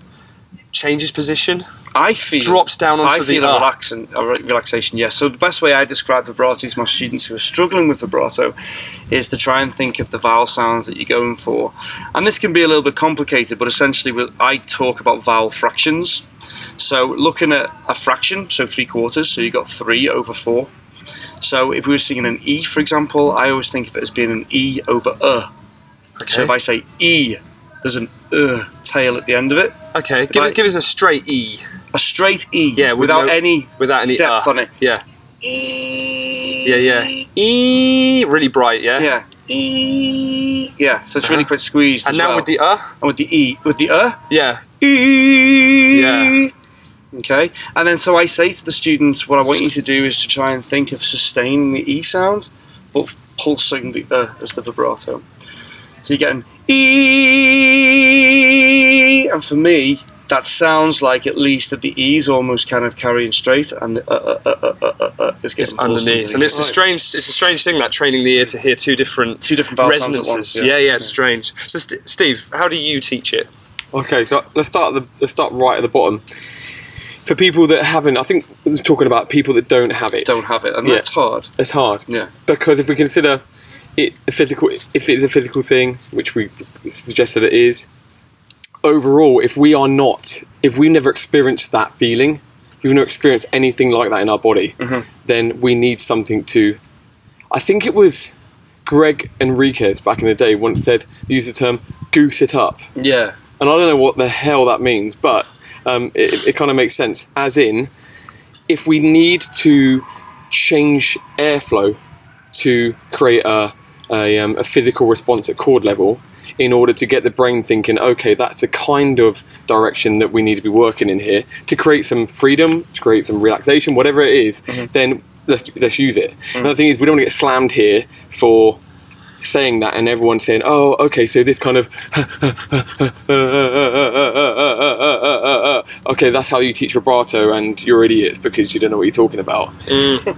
[SPEAKER 1] changes position.
[SPEAKER 5] I feel
[SPEAKER 1] Drops down onto
[SPEAKER 5] I
[SPEAKER 1] the
[SPEAKER 5] feel a
[SPEAKER 1] earth.
[SPEAKER 5] relaxing, a re- relaxation. Yes. So the best way I describe vibrato to my students who are struggling with vibrato is to try and think of the vowel sounds that you're going for, and this can be a little bit complicated, but essentially we I talk about vowel fractions. So looking at a fraction, so three quarters, so you got three over four. So if we were singing an E, for example, I always think of it as being an E over uh. So if I say E, there's an uh tail at the end of it.
[SPEAKER 1] Okay, give,
[SPEAKER 5] I-
[SPEAKER 1] it, give us a straight E
[SPEAKER 5] A straight E,
[SPEAKER 1] Yeah, with
[SPEAKER 5] without
[SPEAKER 1] no-
[SPEAKER 5] any
[SPEAKER 1] without any
[SPEAKER 5] Depth
[SPEAKER 1] uh.
[SPEAKER 5] on it.
[SPEAKER 1] Yeah, yeah, yeah. E really bright. Yeah.
[SPEAKER 5] Yeah. E. Yeah. So it's really quite squeezed.
[SPEAKER 1] Uh-huh. And
[SPEAKER 5] as
[SPEAKER 1] now
[SPEAKER 5] well.
[SPEAKER 1] with the uh.
[SPEAKER 5] and with the e with the uh
[SPEAKER 1] Yeah.
[SPEAKER 5] e.
[SPEAKER 1] Yeah.
[SPEAKER 5] Okay. And then so I say to the students, what I want you to do is to try and think of sustaining the e sound, but pulsing the uh as the vibrato. So you get an e. And for me. That sounds like at least that the E's almost kind of carrying straight, and the uh, uh, uh, uh, uh, uh, is getting pulsed
[SPEAKER 1] Underneath,
[SPEAKER 5] underneath.
[SPEAKER 1] and it's a strange, it's a strange thing that training the ear to hear two different,
[SPEAKER 5] Two different vowel sounds at
[SPEAKER 1] resonances.
[SPEAKER 5] once,
[SPEAKER 1] yeah.
[SPEAKER 5] yeah.
[SPEAKER 1] yeah, it's strange. So, St- Steve, how do you teach it?
[SPEAKER 6] Okay, so let's start at the let's start right at the bottom. For people that haven't, I think it's talking about people that don't have it.
[SPEAKER 5] don't have it, and
[SPEAKER 6] Yeah.
[SPEAKER 5] that's hard.
[SPEAKER 6] It's hard.
[SPEAKER 5] Yeah.
[SPEAKER 6] Because if we consider it a physical, if it's a physical thing, which we suggested it is, overall, if we are not, if we never experienced that feeling, we've never experienced anything like that in our body, then we need something to. I think it was Greg Enriquez back in the day once said, used the term goose it up
[SPEAKER 5] Yeah.
[SPEAKER 6] and I don't know what the hell that means, but um, it, it kind of makes sense. As in, if we need to change airflow to create a, a, um, a physical response at chord level in order to get the brain thinking, okay, that's the kind of direction that we need to be working in here to create some freedom, to create some relaxation, whatever it is, then let's, let's use it. Another thing is, we don't want to get slammed here for saying that and everyone saying, "Oh, okay, so this kind of okay, that's how you teach vibrato, and you're idiots because you don't know what you're talking about.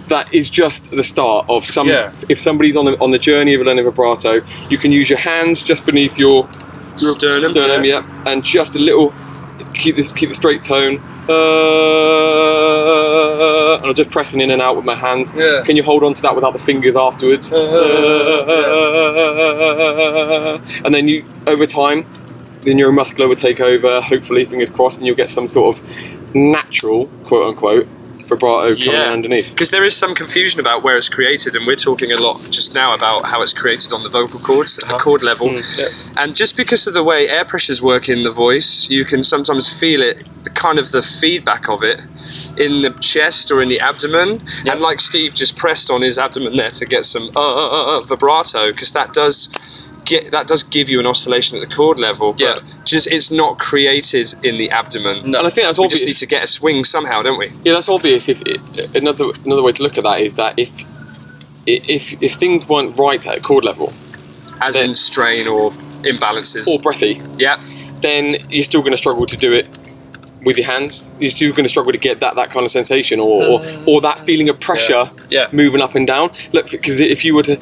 [SPEAKER 6] That is just the start of some.
[SPEAKER 5] Yeah.
[SPEAKER 6] If somebody's on the on the journey of learning vibrato, you can use your hands just beneath your your
[SPEAKER 1] Sternum, yeah.
[SPEAKER 6] yep, and just a little keep this keep the straight tone. Uh, and I'm just pressing in and out with my hands.
[SPEAKER 5] Yeah.
[SPEAKER 6] Can you hold on to that without the fingers afterwards? Uh, and then you, over time, the neuromuscular will take over. Hopefully, fingers crossed, and you'll get some sort of natural, quote unquote, vibrato coming
[SPEAKER 1] Yeah,
[SPEAKER 6] underneath.
[SPEAKER 1] Because there is some confusion about where it's created, and we're talking a lot just now about how it's created on the vocal cords, at the chord level. And just because of the way air pressures work in the voice, you can sometimes feel it, the kind of the feedback of it, in the chest or in the abdomen. And like Steve just pressed on his abdomen there to get some uh, uh, uh, vibrato, because that does. Get, that does give you an oscillation at the chord level, but
[SPEAKER 6] Yeah. Mm.
[SPEAKER 1] just it's not created in the abdomen.
[SPEAKER 6] And I think that's
[SPEAKER 1] we
[SPEAKER 6] obvious.
[SPEAKER 1] just need to get a swing somehow, don't we?
[SPEAKER 6] Yeah, that's obvious. If it, another another way to look at that is that if if if things weren't right at a chord level
[SPEAKER 1] as in strain or imbalances.
[SPEAKER 6] or breathy,
[SPEAKER 1] yeah,
[SPEAKER 6] then you're still going to struggle to do it with your hands. You're still going to struggle to get that, that kind of sensation or, or, or that feeling of pressure
[SPEAKER 5] Yeah.
[SPEAKER 6] moving up and down. Look, because if you were to,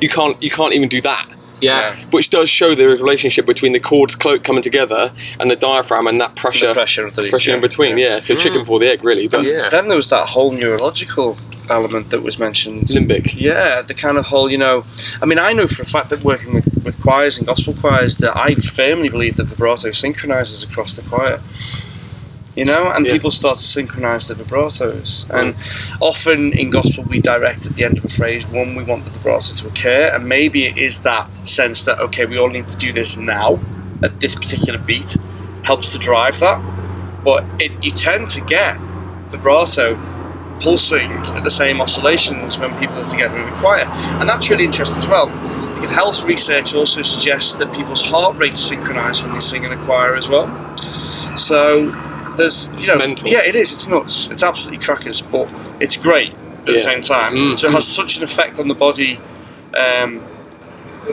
[SPEAKER 6] you can't you can't even do that.
[SPEAKER 1] yeah,
[SPEAKER 6] Which does show there is a relationship between the cords clo- coming together and the diaphragm and that pressure,
[SPEAKER 5] pressure underneath,
[SPEAKER 6] pressure in
[SPEAKER 5] yeah.
[SPEAKER 6] between. Yeah, so chicken for the egg, really. But
[SPEAKER 1] yeah.
[SPEAKER 5] Then there was that whole neurological element that was mentioned.
[SPEAKER 6] limbic.
[SPEAKER 5] Yeah, the kind of whole, you know. I mean, I know for a fact that working with, with choirs and gospel choirs, that I firmly believe that vibrato synchronizes across the choir. You know, and
[SPEAKER 6] Yeah.
[SPEAKER 5] people start to synchronize the vibratos. And often in gospel, we direct at the end of a phrase one, we want the vibrato to occur, and maybe it is that sense that okay, we all need to do this now at this particular beat helps to drive that. But it, you tend to get vibrato pulsing at the same oscillations when people are together in a choir. And that's really interesting as well, because health research also suggests that people's heart rates synchronize when they sing in a choir as well. So there's, you know,
[SPEAKER 6] mental.
[SPEAKER 5] yeah, it is. It's nuts. It's absolutely crackers, but it's great at the
[SPEAKER 6] Yeah.
[SPEAKER 5] same time.
[SPEAKER 6] Mm.
[SPEAKER 5] So it has such an effect on the body. Um,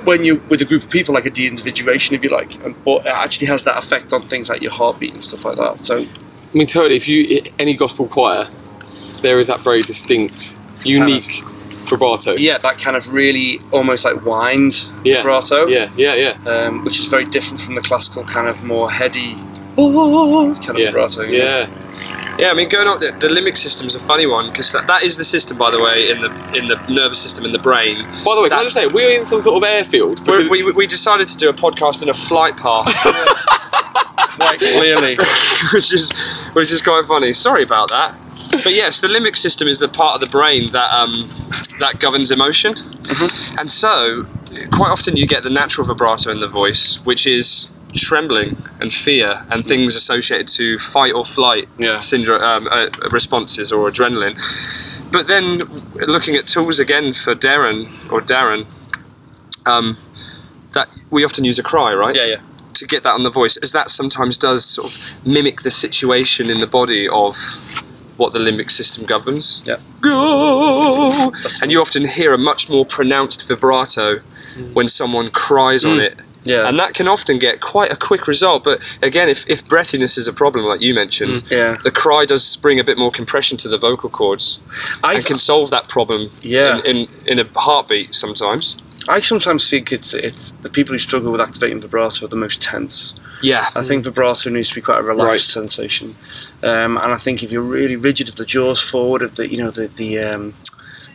[SPEAKER 5] when you with a group of people, like a de-individuation, if you like, and, but it actually has that effect on things like your heartbeat and stuff like that. So
[SPEAKER 6] I mean, totally. If you any gospel choir, there is that very distinct, unique vibrato.
[SPEAKER 5] yeah, that kind of really almost like wind
[SPEAKER 6] Yeah.
[SPEAKER 5] vibrato,
[SPEAKER 6] yeah, yeah, yeah.
[SPEAKER 5] um, which is very different from the classical kind of more heady "Oh," kind of
[SPEAKER 6] yeah.
[SPEAKER 5] vibrato. you know?
[SPEAKER 6] Yeah,
[SPEAKER 1] Yeah, I mean, going on the, the limbic system's a funny one because that, that is the system, by the way, in the in the nervous system in the brain.
[SPEAKER 6] By the way, can I
[SPEAKER 1] That-
[SPEAKER 6] just say we're in some sort of airfield?
[SPEAKER 1] We're-
[SPEAKER 6] because-
[SPEAKER 1] We, we decided to do a podcast in a flight path. Quite clearly, which is which is quite funny. Sorry about that. But yes, the limbic system is the part of the brain that um, that governs emotion, and so quite often you get the natural vibrato in the voice, which is trembling and fear and things associated to fight or flight
[SPEAKER 5] Yeah.
[SPEAKER 1] syndrome um, uh, responses or adrenaline. But then looking at tools again for Darren or Darren, um, that we often use a cry, right?
[SPEAKER 5] yeah, yeah.
[SPEAKER 1] to get that on the voice, as that sometimes does sort of mimic the situation in the body of what the limbic system governs.
[SPEAKER 5] Yeah.
[SPEAKER 1] Go! And you often hear a much more pronounced vibrato
[SPEAKER 5] Mm.
[SPEAKER 1] when someone cries on it.
[SPEAKER 5] Yeah.
[SPEAKER 1] And that can often get quite a quick result. But again, if, if breathiness is a problem, like you mentioned,
[SPEAKER 5] Yeah.
[SPEAKER 1] the cry does bring a bit more compression to the vocal cords
[SPEAKER 5] I
[SPEAKER 1] and can solve that problem
[SPEAKER 5] Yeah.
[SPEAKER 1] in, in, in a heartbeat sometimes.
[SPEAKER 5] I sometimes think it's it's the people who struggle with activating vibrato are the most tense.
[SPEAKER 1] Yeah.
[SPEAKER 5] I think vibrato needs to be quite a relaxed
[SPEAKER 6] Right.
[SPEAKER 5] sensation, um, and I think if you're really rigid, if the jaws forward, if the you know the the um,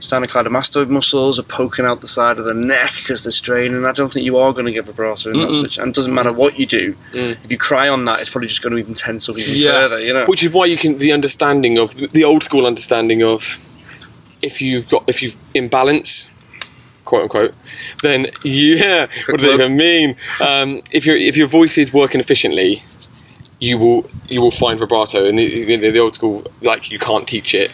[SPEAKER 5] sternocleidomastoid muscles are poking out the side of the neck because they're straining, I don't think you are going to get vibrato in that situation. And it doesn't matter what you do, if you cry on that, it's probably just going to even tense up even
[SPEAKER 1] Mm. Yeah.
[SPEAKER 5] further. You know,
[SPEAKER 6] which is why you can the understanding of the old school understanding of if you've got if you've imbalance quote unquote then yeah what does it
[SPEAKER 5] word.
[SPEAKER 6] even mean um, if your if your voice is working efficiently you will you will find vibrato and the, the, the old school like you can't teach it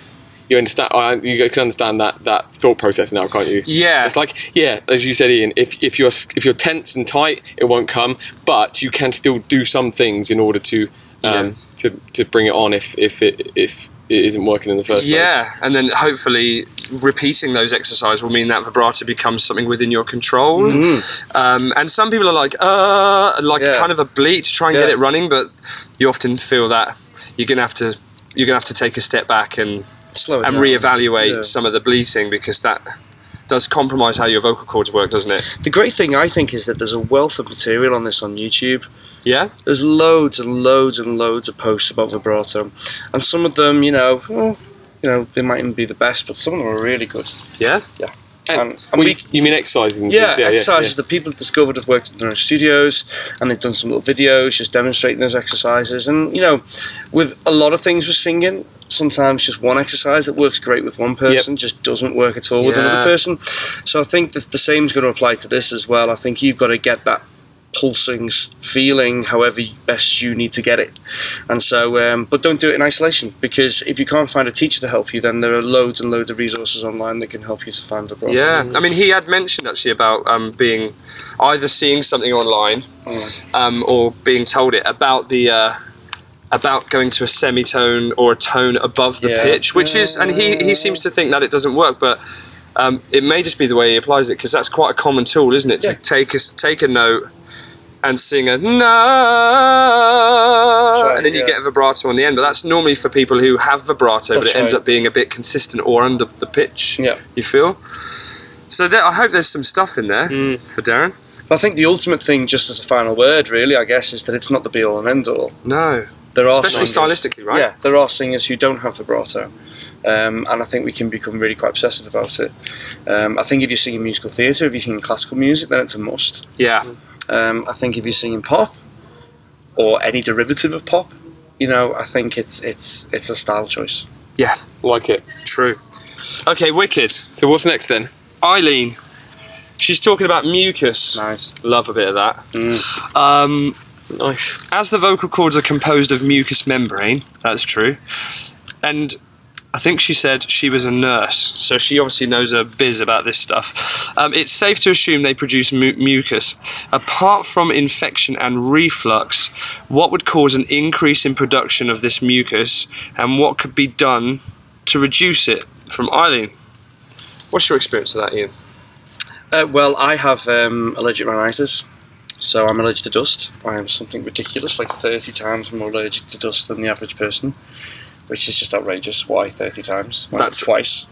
[SPEAKER 6] you understand I- you can understand that that thought process now can't you
[SPEAKER 1] Yeah.
[SPEAKER 6] it's like yeah as you said Ian if, if you're if you're tense and tight it won't come but you can still do some things in order to um, to to bring it on if if it if it isn't working in the first place.
[SPEAKER 1] Yeah, and then hopefully repeating those exercises will mean that vibrato becomes something within your control. Um, and some people are like, uh, like
[SPEAKER 5] Mm-hmm. Yeah.
[SPEAKER 1] kind of a bleat to try and get
[SPEAKER 5] Yeah.
[SPEAKER 1] it running, but you often feel that you're gonna have to you're gonna have to take a step back and
[SPEAKER 5] Slow it
[SPEAKER 1] and
[SPEAKER 5] down.
[SPEAKER 1] reevaluate
[SPEAKER 5] Yeah.
[SPEAKER 1] some of the bleating because that does compromise how your vocal cords work, doesn't it?
[SPEAKER 5] The great thing I think is that there's a wealth of material on this on YouTube.
[SPEAKER 1] Yeah.
[SPEAKER 5] There's loads and loads and loads of posts about vibrato, and some of them, you know, well, you know, they mightn't be the best, but some of them are really good.
[SPEAKER 1] Yeah.
[SPEAKER 5] And, and
[SPEAKER 6] Well,
[SPEAKER 5] we
[SPEAKER 6] you, you mean exercising?
[SPEAKER 5] Yeah,
[SPEAKER 6] things, yeah,
[SPEAKER 5] exercises that people have discovered have worked in their own studios, and they've done some little videos just demonstrating those exercises. And you know, with a lot of things with singing, sometimes just one exercise that works great with one person just doesn't work at all with
[SPEAKER 1] Yeah.
[SPEAKER 5] another person. So I think that the same is going to apply to this as well. I think you've got to get that pulsing s- feeling however you- best you need to get it and so um, but don't do it in isolation because if you can't find a teacher to help you then there are loads and loads of resources online that can help you to find vibrato
[SPEAKER 1] Yeah, I mean, he had mentioned actually about um, being either seeing something online
[SPEAKER 5] Mm.
[SPEAKER 1] um, or being told it about the uh, about going to a semitone or a tone above the
[SPEAKER 5] Yeah.
[SPEAKER 1] pitch, which is, and he he seems to think that it doesn't work, but. Um, it may just be the way he applies it because that's quite a common tool, isn't it? To
[SPEAKER 5] Yeah.
[SPEAKER 1] take a s- take a note and sing a no,
[SPEAKER 5] right,
[SPEAKER 1] and then you
[SPEAKER 5] yeah.
[SPEAKER 1] get a vibrato on the end. But that's normally for people who have vibrato, but it
[SPEAKER 5] That's
[SPEAKER 1] ends
[SPEAKER 5] right.
[SPEAKER 1] up being a bit consistent or under the pitch.
[SPEAKER 5] Yeah.
[SPEAKER 1] you feel. So there, I hope there's some stuff in there for Darren.
[SPEAKER 5] I think the ultimate thing, just as a final word, really, I guess, is that it's not the be all and end all.
[SPEAKER 1] No,
[SPEAKER 5] There are
[SPEAKER 1] especially
[SPEAKER 5] singers,
[SPEAKER 1] stylistically, right?
[SPEAKER 5] Yeah, there are singers who don't have vibrato, um, and I think we can become really quite obsessive about it. Um, I think if you're singing musical theatre, if you're singing classical music, then it's a must.
[SPEAKER 1] Yeah,
[SPEAKER 5] Um, I think if you're singing pop or any derivative of pop, you know, I think it's it's it's a style choice.
[SPEAKER 1] yeah,
[SPEAKER 6] like it.
[SPEAKER 1] true. Okay, wicked.
[SPEAKER 6] So what's next then?
[SPEAKER 1] Eileen, she's talking about mucus.
[SPEAKER 5] Nice.
[SPEAKER 1] Love a bit of that. Um,
[SPEAKER 6] Nice.
[SPEAKER 1] as the vocal cords are composed of mucous membrane, that's true. And I think she said she was a nurse, so she obviously knows her biz about this stuff. Um, it's safe to assume they produce mu- mucus. Apart from infection and reflux, what would cause an increase in production of this mucus, and what could be done to reduce it? From Eileen, what's your experience of that, Ian?
[SPEAKER 5] Uh, well, I have um, allergic rhinitis, so I'm allergic to dust. I am something ridiculous, like 30 times more allergic to dust than the average person, which is just outrageous. Why 30 times? Well,
[SPEAKER 1] That's-
[SPEAKER 5] twice.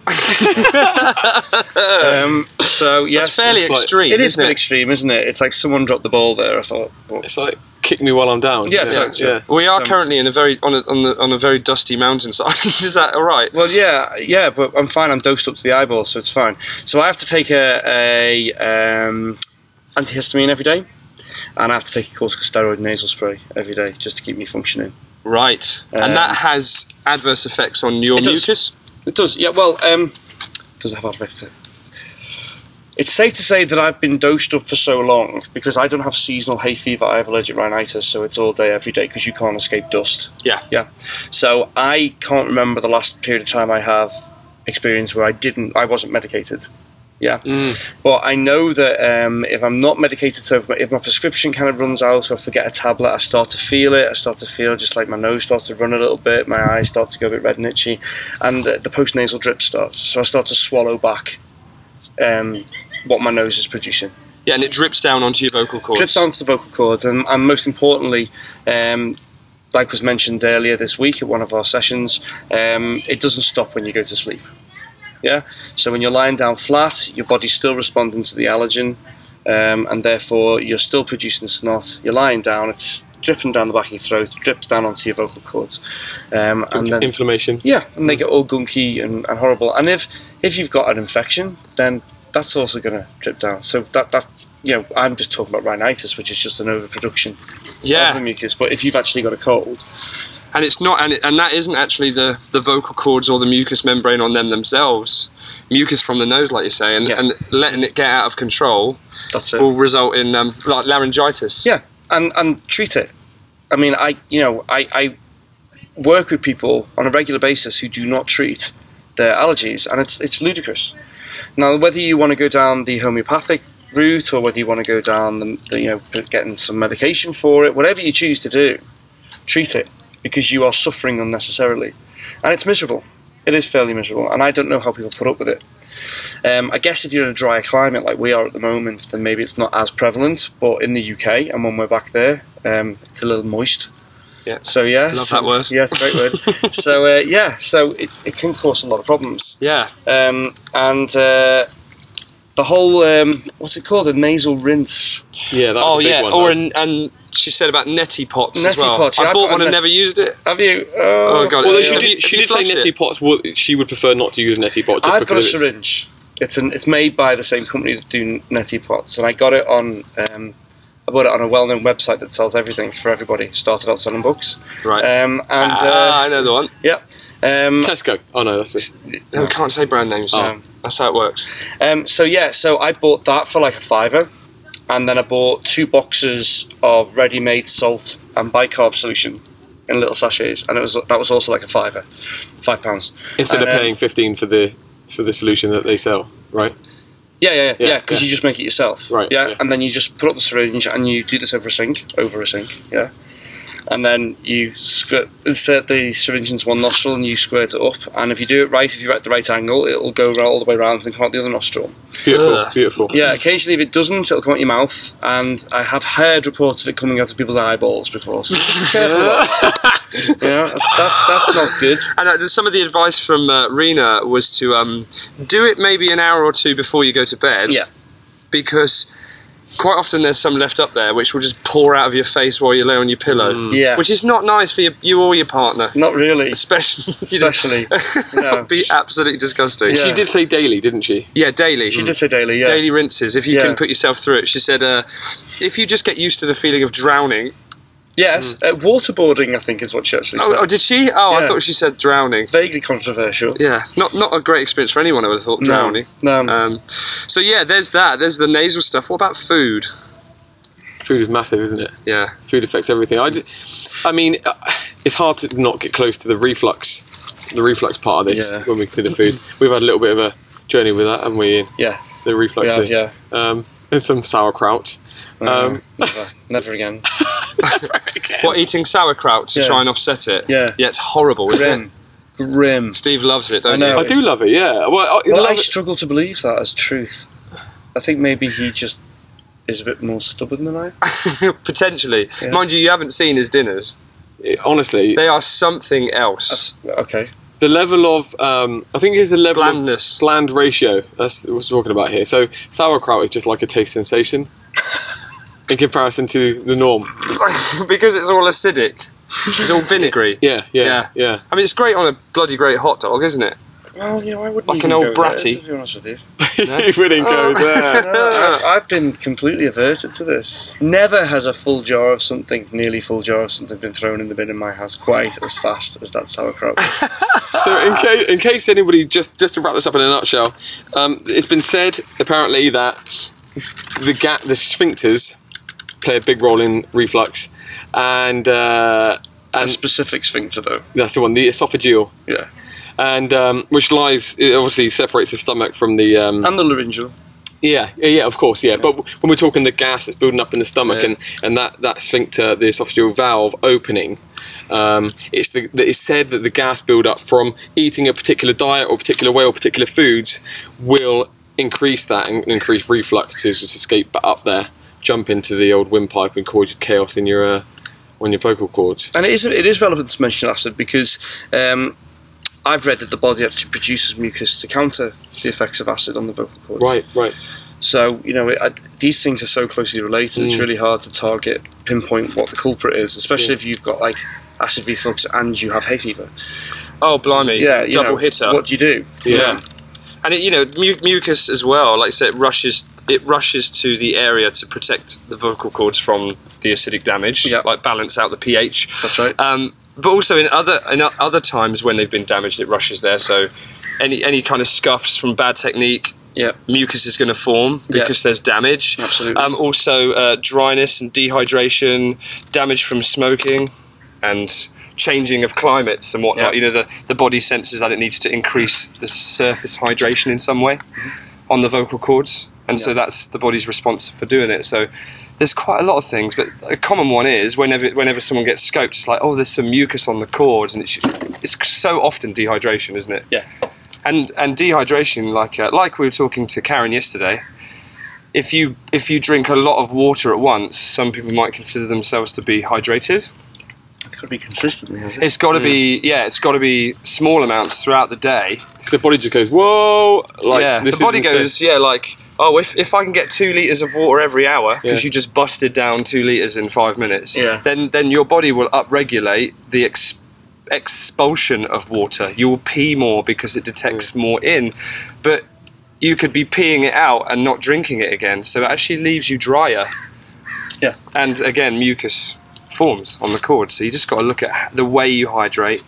[SPEAKER 5] um, so yes,
[SPEAKER 1] That's fairly
[SPEAKER 5] it's
[SPEAKER 6] like-
[SPEAKER 1] extreme.
[SPEAKER 5] it is a
[SPEAKER 1] isn't
[SPEAKER 5] bit extreme, isn't it? It's like someone dropped the ball there. I thought. Well,
[SPEAKER 6] It's like kick me while I'm down.
[SPEAKER 5] Yeah,
[SPEAKER 6] yeah.
[SPEAKER 5] exactly.
[SPEAKER 6] yeah.
[SPEAKER 1] We are
[SPEAKER 5] So-
[SPEAKER 1] currently in a very on a, on, the, on a very dusty mountainside. Is that all right?
[SPEAKER 5] well, yeah, yeah, but I'm fine. I'm dosed up to the eyeball, so it's fine. So I have to take a, a um, antihistamine every day, and I have to take a corticosteroid nasal spray every day just to keep me functioning.
[SPEAKER 1] Right, and
[SPEAKER 5] Um,
[SPEAKER 1] that has adverse effects on your
[SPEAKER 5] It does.
[SPEAKER 1] mucus.
[SPEAKER 5] It does, yeah. Well, um, does it have arthritis? It's safe to say that I've been dosed up for so long because I don't have seasonal hay fever. I have allergic rhinitis, so it's all day, every day because you can't escape dust.
[SPEAKER 1] Yeah,
[SPEAKER 5] Yeah. So I can't remember the last period of time I have experienced where I didn't, I wasn't medicated. Yeah. But I know that um, if I'm not medicated, so if my, if my prescription kind of runs out, or if I forget a tablet, I start to feel it. I start to feel just like my nose starts to run a little bit, my eyes start to go a bit red and itchy, and the, the post nasal drip starts. So I start to swallow back um, what my nose is producing
[SPEAKER 1] yeah, and it drips down onto your vocal cords.
[SPEAKER 5] drips onto the vocal cords, and, and most importantly, um, like was mentioned earlier this week at one of our sessions, um, it doesn't stop when you go to sleep. Yeah, so when you're lying down flat, your body's still responding to the allergen, um, and therefore you're still producing snot. You're lying down; it's dripping down the back of your throat, drips down onto your vocal cords, um, and then
[SPEAKER 6] Inflammation.
[SPEAKER 5] yeah, and they get all gunky and, and horrible. And if if you've got an infection, then that's also going to drip down. So that that you know, I'm just talking about rhinitis, which is just an overproduction of the
[SPEAKER 1] Yeah,
[SPEAKER 5] mucus. But if you've actually got a cold,
[SPEAKER 1] and it's not, and, it, and that isn't actually the the vocal cords or the mucous membrane on them themselves. Mucus from the nose, like you say, and,
[SPEAKER 5] Yeah.
[SPEAKER 1] and letting it get out of control
[SPEAKER 5] that's it.
[SPEAKER 1] will result in um, like laryngitis.
[SPEAKER 5] yeah, and and treat it. I mean, I you know I I work with people on a regular basis who do not treat their allergies, and it's it's ludicrous. Now, whether you want to go down the homeopathic route or whether you want to go down the, the you know getting some medication for it, whatever you choose to do, treat it because you are suffering unnecessarily. and it's miserable. It is fairly miserable, and I don't know how people put up with it. Um, I guess if you're in a drier climate like we are at the moment, then maybe it's not as prevalent. But in the UK, and when we're back there, um, it's a little moist.
[SPEAKER 1] Yeah.
[SPEAKER 5] So yeah,
[SPEAKER 1] Love
[SPEAKER 5] so-
[SPEAKER 1] that word.
[SPEAKER 5] Yeah, it's a great word. so uh, yeah, so it, it can cause a lot of problems.
[SPEAKER 1] Yeah.
[SPEAKER 5] Um, and uh, the whole um, what's it called? A nasal rinse.
[SPEAKER 6] Yeah, that was
[SPEAKER 1] oh
[SPEAKER 6] a big
[SPEAKER 1] yeah.
[SPEAKER 6] one.
[SPEAKER 1] or
[SPEAKER 6] that was-
[SPEAKER 1] an, and she said about neti pots as
[SPEAKER 5] Neti
[SPEAKER 1] well.
[SPEAKER 5] pots, yeah,
[SPEAKER 1] I
[SPEAKER 5] I've
[SPEAKER 1] bought
[SPEAKER 5] got a
[SPEAKER 1] one and
[SPEAKER 5] neti-
[SPEAKER 1] never used it.
[SPEAKER 5] Have you?
[SPEAKER 1] Oh, God.
[SPEAKER 6] Although she
[SPEAKER 1] Have
[SPEAKER 6] did,
[SPEAKER 1] you-
[SPEAKER 6] she
[SPEAKER 1] have you
[SPEAKER 6] did say
[SPEAKER 1] flushed
[SPEAKER 6] neti
[SPEAKER 1] it?
[SPEAKER 6] pots. would she would prefer not to use neti pot. just
[SPEAKER 5] I've got a
[SPEAKER 6] because it's-
[SPEAKER 5] syringe. It's an it's made by the same company that do neti pots, and I got it on. Um, I bought it on a well-known website that sells everything for everybody. Started out selling books,
[SPEAKER 1] Right.
[SPEAKER 5] um, and
[SPEAKER 1] ah,
[SPEAKER 5] uh,
[SPEAKER 1] I know the one.
[SPEAKER 5] yeah, um,
[SPEAKER 6] Tesco. Oh no, that's it.
[SPEAKER 1] No, we can't say brand names.
[SPEAKER 5] Oh.
[SPEAKER 1] That's how it works.
[SPEAKER 5] um, so yeah, so I bought that for like a fiver, and then I bought two boxes of ready-made salt and bicarb solution in little sachets, and it was that was also like a fiver, five pounds.
[SPEAKER 6] Instead
[SPEAKER 5] And,
[SPEAKER 6] of
[SPEAKER 5] um,
[SPEAKER 6] paying fifteen for the for the solution that they sell, right?
[SPEAKER 5] Yeah, yeah, yeah,
[SPEAKER 6] Yeah,
[SPEAKER 5] yeah, because
[SPEAKER 6] yeah.
[SPEAKER 5] you just make it yourself.
[SPEAKER 6] Right,
[SPEAKER 5] Yeah?
[SPEAKER 6] yeah.
[SPEAKER 5] and then you just put up the syringe and you do this over a sink, over a sink, yeah. And then you squirt, insert the syringe into one nostril and you squirt it up. And if you do it right, if you're at the right angle, it'll go ra- all the way around and come out the other nostril.
[SPEAKER 6] Beautiful,
[SPEAKER 1] Ugh.
[SPEAKER 6] beautiful.
[SPEAKER 5] Yeah, occasionally if it doesn't, it'll come out your mouth. And I have heard reports of it coming out of people's eyeballs before. So be careful of that. yeah, that, that's not good.
[SPEAKER 1] And uh, some of the advice from uh, Rena was to um, do it maybe an hour or two before you go to bed.
[SPEAKER 5] Yeah.
[SPEAKER 1] Because quite often there's some left up there which will just pour out of your face while you lay on your pillow.
[SPEAKER 5] Mm, Yeah.
[SPEAKER 1] Mm. Which is not nice for your, you or your partner.
[SPEAKER 5] Not really.
[SPEAKER 1] Especially. you know,
[SPEAKER 5] Especially. No.
[SPEAKER 1] be absolutely disgusting.
[SPEAKER 5] Yeah.
[SPEAKER 6] She did say daily, didn't she?
[SPEAKER 1] Yeah, daily.
[SPEAKER 5] She did say daily, yeah.
[SPEAKER 1] daily rinses if you
[SPEAKER 5] Yeah.
[SPEAKER 1] can put yourself through it. She said, uh, if you just get used to the feeling of drowning.
[SPEAKER 5] Yes, uh, waterboarding, I think, is what she actually said.
[SPEAKER 1] Oh, oh did she? Oh, I
[SPEAKER 5] Yeah.
[SPEAKER 1] thought she said drowning.
[SPEAKER 5] Vaguely controversial.
[SPEAKER 1] Yeah, not not a great experience for anyone. I would have thought
[SPEAKER 5] No,
[SPEAKER 1] drowning.
[SPEAKER 5] no.
[SPEAKER 1] Um, so yeah, there's that. There's the nasal stuff. What about food?
[SPEAKER 6] Food is massive, isn't it?
[SPEAKER 1] Yeah,
[SPEAKER 6] Food affects everything. I, ju- I mean, uh, it's hard to not get close to the reflux, the reflux part of this
[SPEAKER 5] Yeah.
[SPEAKER 6] when we consider food. We've had a little bit of a journey with that, haven't we? Ian?
[SPEAKER 5] Yeah,
[SPEAKER 6] The reflux
[SPEAKER 5] we have,
[SPEAKER 6] thing.
[SPEAKER 5] yeah.
[SPEAKER 6] Um, and some sauerkraut. Um,
[SPEAKER 5] never, never again.
[SPEAKER 1] what eating sauerkraut to
[SPEAKER 5] Yeah.
[SPEAKER 1] try and offset it?
[SPEAKER 5] Yeah.
[SPEAKER 1] yeah, it's horrible. Isn't it?
[SPEAKER 5] Grim. Grim.
[SPEAKER 1] Steve loves it, don't
[SPEAKER 5] I know.
[SPEAKER 6] I do love it. Yeah. Well, I,
[SPEAKER 5] Well, I
[SPEAKER 6] love it.
[SPEAKER 5] struggle to believe that as truth. I think maybe he just is a bit more stubborn than I.
[SPEAKER 1] you? Potentially,
[SPEAKER 5] Yeah.
[SPEAKER 1] mind you, you haven't seen his dinners.
[SPEAKER 6] honestly,
[SPEAKER 1] They are something else.
[SPEAKER 5] Okay.
[SPEAKER 6] the level of um, I think it's the level of
[SPEAKER 1] Blandness.
[SPEAKER 6] bland ratio. That's what we're talking about here. So sauerkraut is just like a taste sensation in comparison to the norm.
[SPEAKER 1] because it's all acidic. It's all vinegary.
[SPEAKER 6] Yeah, yeah,
[SPEAKER 1] Yeah.
[SPEAKER 6] yeah.
[SPEAKER 1] I mean, it's great on a bloody great hot dog, isn't it?
[SPEAKER 5] Well, you know, I wouldn't
[SPEAKER 1] Like
[SPEAKER 5] even
[SPEAKER 1] an
[SPEAKER 5] go
[SPEAKER 1] old
[SPEAKER 5] there,
[SPEAKER 1] bratty.
[SPEAKER 5] to be honest with you.
[SPEAKER 6] you wouldn't go there.
[SPEAKER 5] No, Uh, I- I've been completely averted to this. Never has a full jar of something, nearly full jar of something, been thrown in the bin in my house quite as fast as that sauerkraut.
[SPEAKER 6] so in case, in case anybody just just to wrap this up in a nutshell, um, it's been said apparently that the gap the sphincters play a big role in reflux, and uh,
[SPEAKER 5] a
[SPEAKER 6] and
[SPEAKER 5] specific sphincter, though.
[SPEAKER 6] that's the one the esophageal.
[SPEAKER 5] Yeah.
[SPEAKER 6] And um, which lies it obviously separates the stomach from the um,
[SPEAKER 5] And the laryngeal.
[SPEAKER 6] Yeah, yeah, yeah, of course, yeah. But when we're talking the gas that's building up in the stomach
[SPEAKER 1] Yeah.
[SPEAKER 6] and, and that, that sphincter, the esophageal valve opening, um, it's the that it's said that the gas build up from eating a particular diet or particular way or particular foods will increase that and increase reflux to just escape but up there, jump into the old windpipe and cause chaos in your uh, on your vocal cords.
[SPEAKER 5] And it is it is relevant to mention acid because um, I've read that the body actually produces mucus to counter the effects of acid on the vocal cords.
[SPEAKER 6] Right, right.
[SPEAKER 5] So you know it, I, these things are so closely related. It's
[SPEAKER 6] Mm.
[SPEAKER 5] really hard to target pinpoint what the culprit is, especially
[SPEAKER 6] Yes.
[SPEAKER 5] if you've got like acid reflux and you have hay fever.
[SPEAKER 1] Oh, blimey.
[SPEAKER 5] Yeah, you
[SPEAKER 1] Double
[SPEAKER 5] know,
[SPEAKER 1] hitter.
[SPEAKER 5] What do you do?
[SPEAKER 1] Yeah, and it, you know mu- mucus as well. Like I said, it rushes it rushes to the area to protect the vocal cords from the acidic damage.
[SPEAKER 5] Yeah.
[SPEAKER 1] like balance out the pH.
[SPEAKER 5] That's right.
[SPEAKER 1] Um, but also in other in o- other times when they've been damaged, it rushes there. So any any kind of scuffs from bad technique.
[SPEAKER 5] Yeah.
[SPEAKER 1] Mucus is going to form
[SPEAKER 5] Yeah.
[SPEAKER 1] because there's damage.
[SPEAKER 5] Absolutely.
[SPEAKER 1] Um, also, uh, dryness and dehydration, damage from smoking, and changing of climates and whatnot. You
[SPEAKER 5] Yeah.
[SPEAKER 1] know, the, the body
[SPEAKER 5] Mm-hmm.
[SPEAKER 1] senses that it needs to increase the surface hydration in some way on the vocal cords. and so that's the body's response for doing it. So there's quite a lot of things, but a common one is whenever whenever someone gets scoped, it's like, oh, there's some mucus on the cords, and it's it's so often dehydration, isn't it?
[SPEAKER 5] Yeah.
[SPEAKER 1] And and dehydration, like uh, like we were talking to Karen yesterday, if you if you drink a lot of water at once, some people might consider themselves to be hydrated.
[SPEAKER 5] It's got to be consistently, has it?
[SPEAKER 1] It's got to be yeah, it's got to be small amounts throughout the day.
[SPEAKER 6] The body just goes, whoa! Like,
[SPEAKER 1] yeah,
[SPEAKER 6] this
[SPEAKER 1] the body
[SPEAKER 6] is insane.
[SPEAKER 1] goes yeah like oh if if I can get two liters of water every hour because
[SPEAKER 6] Yeah.
[SPEAKER 1] you just busted down two liters in five minutes.
[SPEAKER 5] Yeah.
[SPEAKER 1] then then your body will upregulate the ex- expulsion of water. You will pee more because it detects more in, but you could be peeing it out and not drinking it again, so it actually leaves you drier.
[SPEAKER 5] Yeah.
[SPEAKER 1] and again mucus forms on the cord, so you just got to look at h- the way you hydrate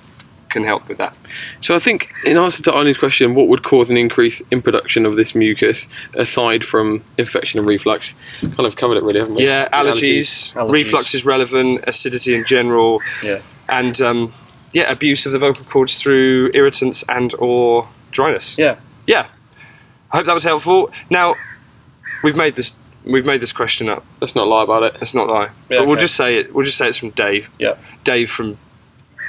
[SPEAKER 1] can help with that.
[SPEAKER 6] So I think, in answer to Arlene's question, what would cause an increase in production of this mucus aside from infection and reflux? Kind of covered it, really, haven't we?
[SPEAKER 1] Yeah, allergies,
[SPEAKER 5] Allergies.
[SPEAKER 1] reflux is relevant, acidity in general,
[SPEAKER 5] Yeah.
[SPEAKER 1] and um, yeah, abuse of the vocal cords through irritants and or dryness.
[SPEAKER 5] Yeah.
[SPEAKER 1] Yeah. I hope that was helpful. Now, we've made this we've made this question up.
[SPEAKER 6] Let's not lie about it.
[SPEAKER 1] Let's not lie, but
[SPEAKER 5] Yeah,
[SPEAKER 1] we'll
[SPEAKER 5] okay.
[SPEAKER 1] just say it. We'll just say it's from Dave.
[SPEAKER 5] Yeah.
[SPEAKER 1] Dave from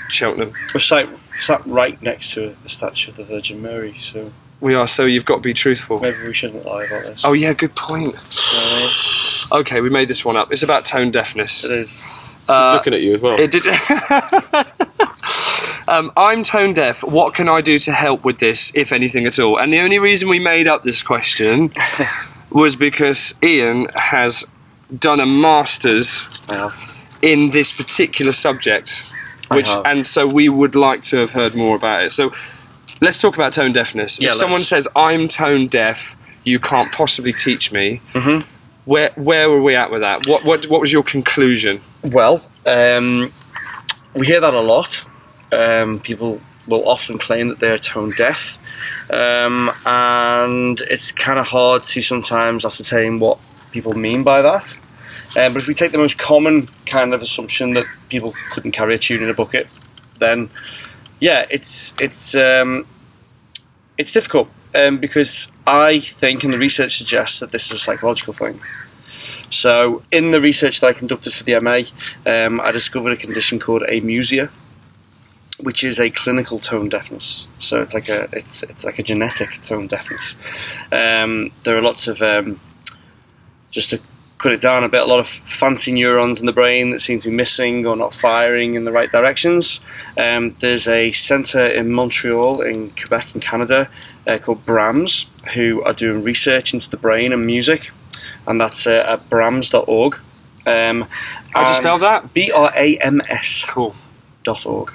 [SPEAKER 1] Cheltenham.
[SPEAKER 5] We're sat, sat right next to the statue of the Virgin Mary, so
[SPEAKER 1] We are so you've got to be truthful.
[SPEAKER 5] maybe we shouldn't lie about this.
[SPEAKER 1] Oh yeah, good point. Okay, we made this one up. It's about tone deafness.
[SPEAKER 5] It is.
[SPEAKER 6] She's looking at you as well.
[SPEAKER 1] Uh, It did. um, I'm tone deaf. What can I do to help with this, if anything at all? And the only reason we made up this question was because Ian has done a master's
[SPEAKER 5] Yeah.
[SPEAKER 1] in this particular subject, which
[SPEAKER 5] have.
[SPEAKER 1] and so we would like to have heard more about it. So let's talk about tone deafness.
[SPEAKER 5] Yeah,
[SPEAKER 1] if
[SPEAKER 5] let's.
[SPEAKER 1] someone says I'm tone deaf, you can't possibly teach me.
[SPEAKER 5] Mm-hmm.
[SPEAKER 1] Where where were we at with that? What what what was your conclusion?
[SPEAKER 5] Well, um, we hear that a lot. Um, people will often claim that they're tone deaf, um, and it's kind of hard to sometimes ascertain what people mean by that. Um, but if we take the most common kind of assumption that people couldn't carry a tune in a bucket, then yeah, it's it's um, it's difficult um, because I think, and the research suggests that this is a psychological thing. So, in the research that I conducted for the MA, um, I discovered a condition called amusia, which is a clinical tone deafness. So it's like a it's it's like a genetic tone deafness. Um, there are lots of um, just to cut it down a bit, a lot of fancy neurons in the brain that seem to be missing or not firing in the right directions. Um, there's a centre in Montreal, in Quebec, in Canada, uh, called Brams, who are doing research into the brain and music, and that's uh, at brams.org. Um,
[SPEAKER 1] How'd you spell that?
[SPEAKER 5] B R A M S
[SPEAKER 1] Cool.
[SPEAKER 5] dot org,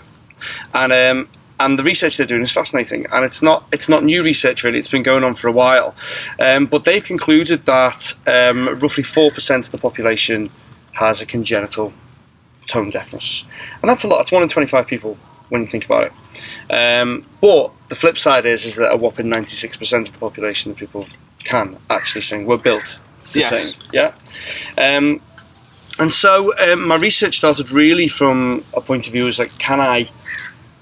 [SPEAKER 5] and um, and the research they're doing is fascinating, and it's not it's not new research really. It's been going on for a while, um, but they've concluded that um, roughly four percent of the population has a congenital tone deafness, and that's a lot. That's one in twenty five people when you think about it. Um, but the flip side is is that a whopping ninety six percent of the population of people can actually sing. We're built to
[SPEAKER 1] Yes.
[SPEAKER 5] sing. Yeah. Um, and so um, my research started really from a point of view is like, can I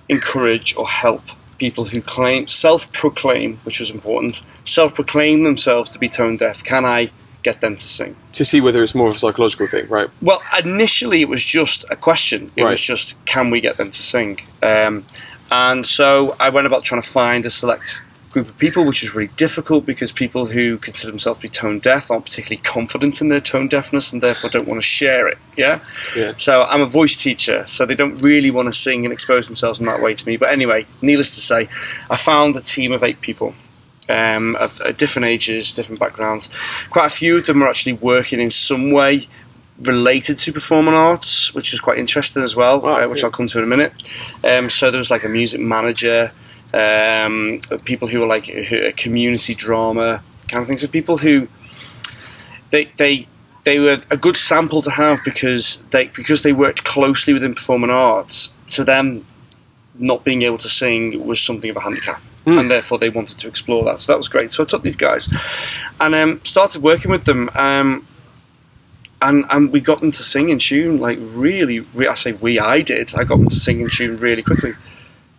[SPEAKER 5] encourage or help people who claim, self proclaim, which was important, self proclaim themselves to be tone deaf? Can I get them to sing?
[SPEAKER 6] to see whether it's more of a psychological thing, right?
[SPEAKER 5] Well, initially it was just a question. It
[SPEAKER 6] Right.
[SPEAKER 5] was just, can we get them to sing? Um, and so I went about trying to find a select group of people, which was really difficult because people who consider themselves to be tone deaf aren't particularly confident in their tone deafness and therefore don't want to share it. Yeah?
[SPEAKER 6] Yeah.
[SPEAKER 5] So I'm a voice teacher, so they don't really want to sing and expose themselves in that way to me. But anyway, needless to say, I found a team of eight people um, of uh, different ages, different backgrounds. Quite a few of them are actually working in some way related to performing arts, which is quite interesting as well, uh, which I'll come to in a minute. Um, so there was like a music manager, um, people who were like who- a community drama kind of thing. So people who they they they were a good sample to have because they because they worked closely within performing arts. To them, not being able to sing was something of a handicap, and therefore they wanted to explore that. So that was great. So I took these guys and um, started working with them. Um, and, and we got them to sing in tune like really, re- I say we I did I got them to sing in tune really quickly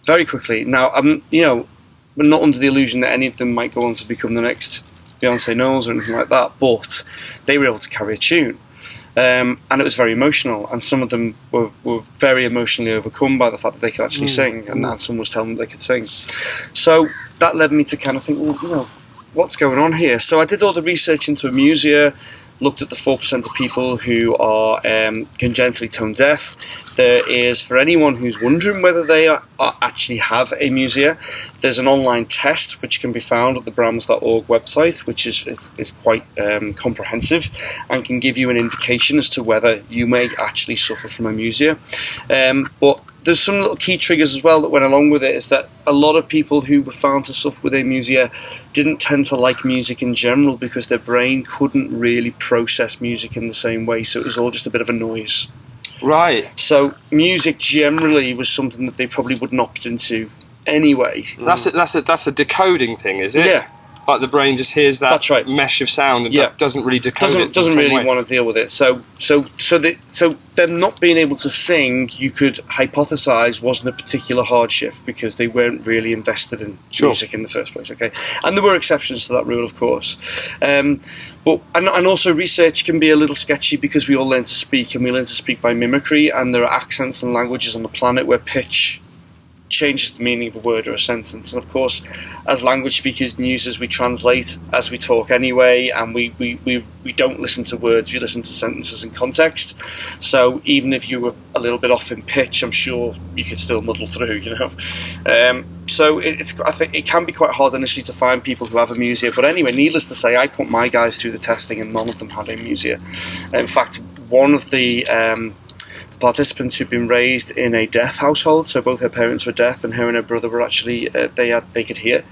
[SPEAKER 5] very quickly now I'm you know we're not under the illusion that any of them might go on to become the next Beyonce Knowles or anything like that, but they were able to carry a tune. Um, and it was very emotional, and some of them were, were very emotionally overcome by the fact that they could actually sing, and, and someone was telling them they could sing. So that led me to kind of think, well, you know, what's going on here? So I did all the research into Amusia, looked at the 4% of people who are um, congenitally tone deaf. There is, for anyone who's wondering whether they are, are actually have amusia, there's an online test which can be found at the Brahms.org website, which is, is, is quite um, comprehensive and can give you an indication as to whether you may actually suffer from amusia. Um, but there's some little key triggers as well that went along with it is that a lot of people who were found to suffer with amusia didn't tend to like music in general because their brain couldn't really process music in the same way so it was all just a bit of a noise
[SPEAKER 1] Right.
[SPEAKER 5] so music generally was something that they probably wouldn't opt into anyway
[SPEAKER 1] That's a, that's a that's a decoding thing, is it?
[SPEAKER 5] Yeah.
[SPEAKER 1] Like the brain just hears that
[SPEAKER 5] That's right.
[SPEAKER 1] mesh of sound and
[SPEAKER 5] Yeah.
[SPEAKER 1] do- doesn't really decode it.
[SPEAKER 5] doesn't
[SPEAKER 1] in
[SPEAKER 5] doesn't
[SPEAKER 1] the same
[SPEAKER 5] really
[SPEAKER 1] way.
[SPEAKER 5] want to deal with it. So so so the, so them not being able to sing, you could hypothesize wasn't a particular hardship because they weren't really invested in music in the first place. Okay, and there were exceptions to that rule, of course. Um, but and, and also research can be a little sketchy because we all learn to speak and we learn to speak by mimicry, and there are accents and languages on the planet where pitch changes the meaning of a word or a sentence. And of course, as language speakers and users, we translate as we talk anyway, and we, we, we, we don't listen to words, we listen to sentences in context. So even if you were a little bit off in pitch, I'm sure you could still muddle through, you know. Um, so it, it's, I think it can be quite hard initially to find people who have amusia. But anyway, needless to say, I put my guys through the testing and none of them had amusia. In fact, one of the um, the participants who'd been raised in a deaf household, so both her parents were deaf, and her and her brother were actually uh, they had they could hear,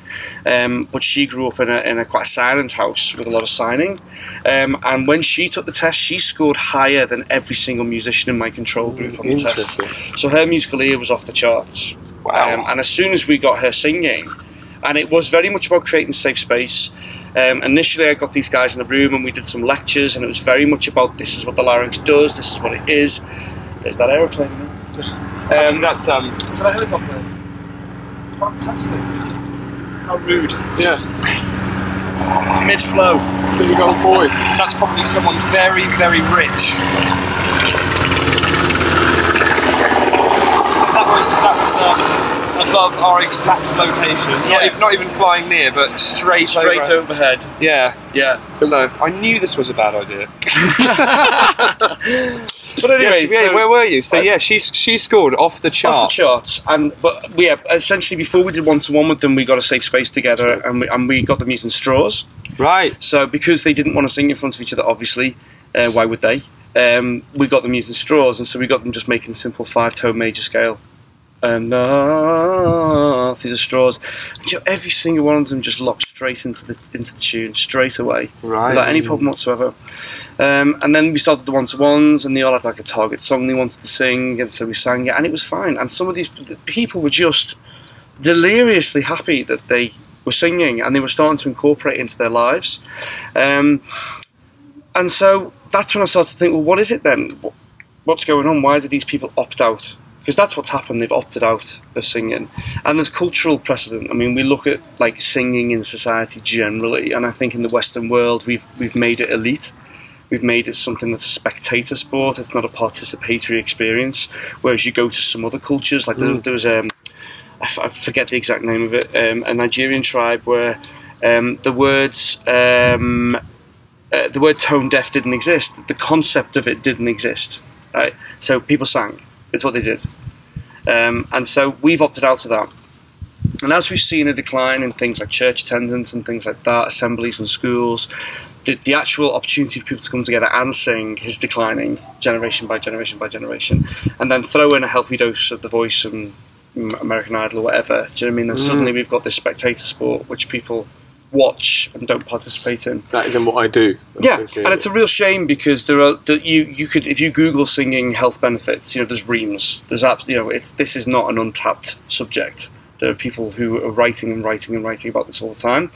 [SPEAKER 5] um, but she grew up in a, in a quite silent house with a lot of signing, um, and when she took the test, she scored higher than every single musician in my control group on the test. So her musical ear was off the charts.
[SPEAKER 1] Wow.
[SPEAKER 5] Um, and as soon as we got her singing, and it was very much about creating safe space. Um, initially, I got these guys in the room and we did some lectures, and it was very much about this is what the larynx does, this is what it is. There's that aeroplane.
[SPEAKER 1] Actually,
[SPEAKER 5] Um,
[SPEAKER 1] that's um.
[SPEAKER 5] it's a helicopter. Fantastic. How rude.
[SPEAKER 6] Yeah,
[SPEAKER 5] Mid flow.
[SPEAKER 6] big old boy.
[SPEAKER 1] That's probably someone very, very rich. So that was that was um, above our exact location. Not,
[SPEAKER 5] Yeah.
[SPEAKER 1] even, not even flying near, but straight,
[SPEAKER 5] Straight
[SPEAKER 1] over.
[SPEAKER 5] overhead.
[SPEAKER 1] Yeah.
[SPEAKER 5] Yeah.
[SPEAKER 1] So I knew this was a bad idea.
[SPEAKER 5] But anyway,
[SPEAKER 1] Yes, yeah,
[SPEAKER 5] so-
[SPEAKER 1] where were you? So
[SPEAKER 5] I-
[SPEAKER 1] yeah, she she scored off the chart.
[SPEAKER 5] off the charts. And but yeah, essentially before we did one to one with them, we got a safe space together, and we and we got them using straws.
[SPEAKER 1] Right.
[SPEAKER 5] So because they didn't want to sing in front of each other, obviously, uh, why would they? Um, we got them using straws, and so we got them just making simple five tone major scale. And ah, through the straws, and you know, every single one of them just locked straight into the into the tune straight away,
[SPEAKER 1] Right.
[SPEAKER 5] without any problem whatsoever. Um, and then we started the one to ones, and they all had like a target song they wanted to sing, and so we sang it, and it was fine. And some of these p- people were just deliriously happy that they were singing, and they were starting to incorporate it into their lives. Um, and so that's when I started to think, well, what is it then? Wh- What's going on? Why do these people opt out? Because that's what's happened. They've opted out of singing, and there's cultural precedent. I mean, we look at like singing in society generally, and I think in the Western world we've we've made it elite. We've made it something that's a spectator sport. It's not a participatory experience. Whereas you go to some other cultures, like there, there was um, I, f- I forget the exact name of it, um, a Nigerian tribe where um, the words um, uh, the word tone deaf didn't exist. The concept of it didn't exist. Right? So people sang. It's what they did. Um, and so we've opted out of that. And as we've seen a decline in things like church attendance and things like that, assemblies and schools, the, the actual opportunity for people to come together and sing is declining generation by generation by generation. And then throw in a healthy dose of The Voice and mm, American Idol or whatever. Do you know what I mean? And suddenly we've got this spectator sport which people watch and don't participate in.
[SPEAKER 6] That isn't what I do.
[SPEAKER 5] Yeah, and it's a real shame because there are that you you could if you Google singing health benefits, you know, there's reams. There's apps. You know, it's this is not an untapped subject. There are people who are writing and writing and writing about this all the time.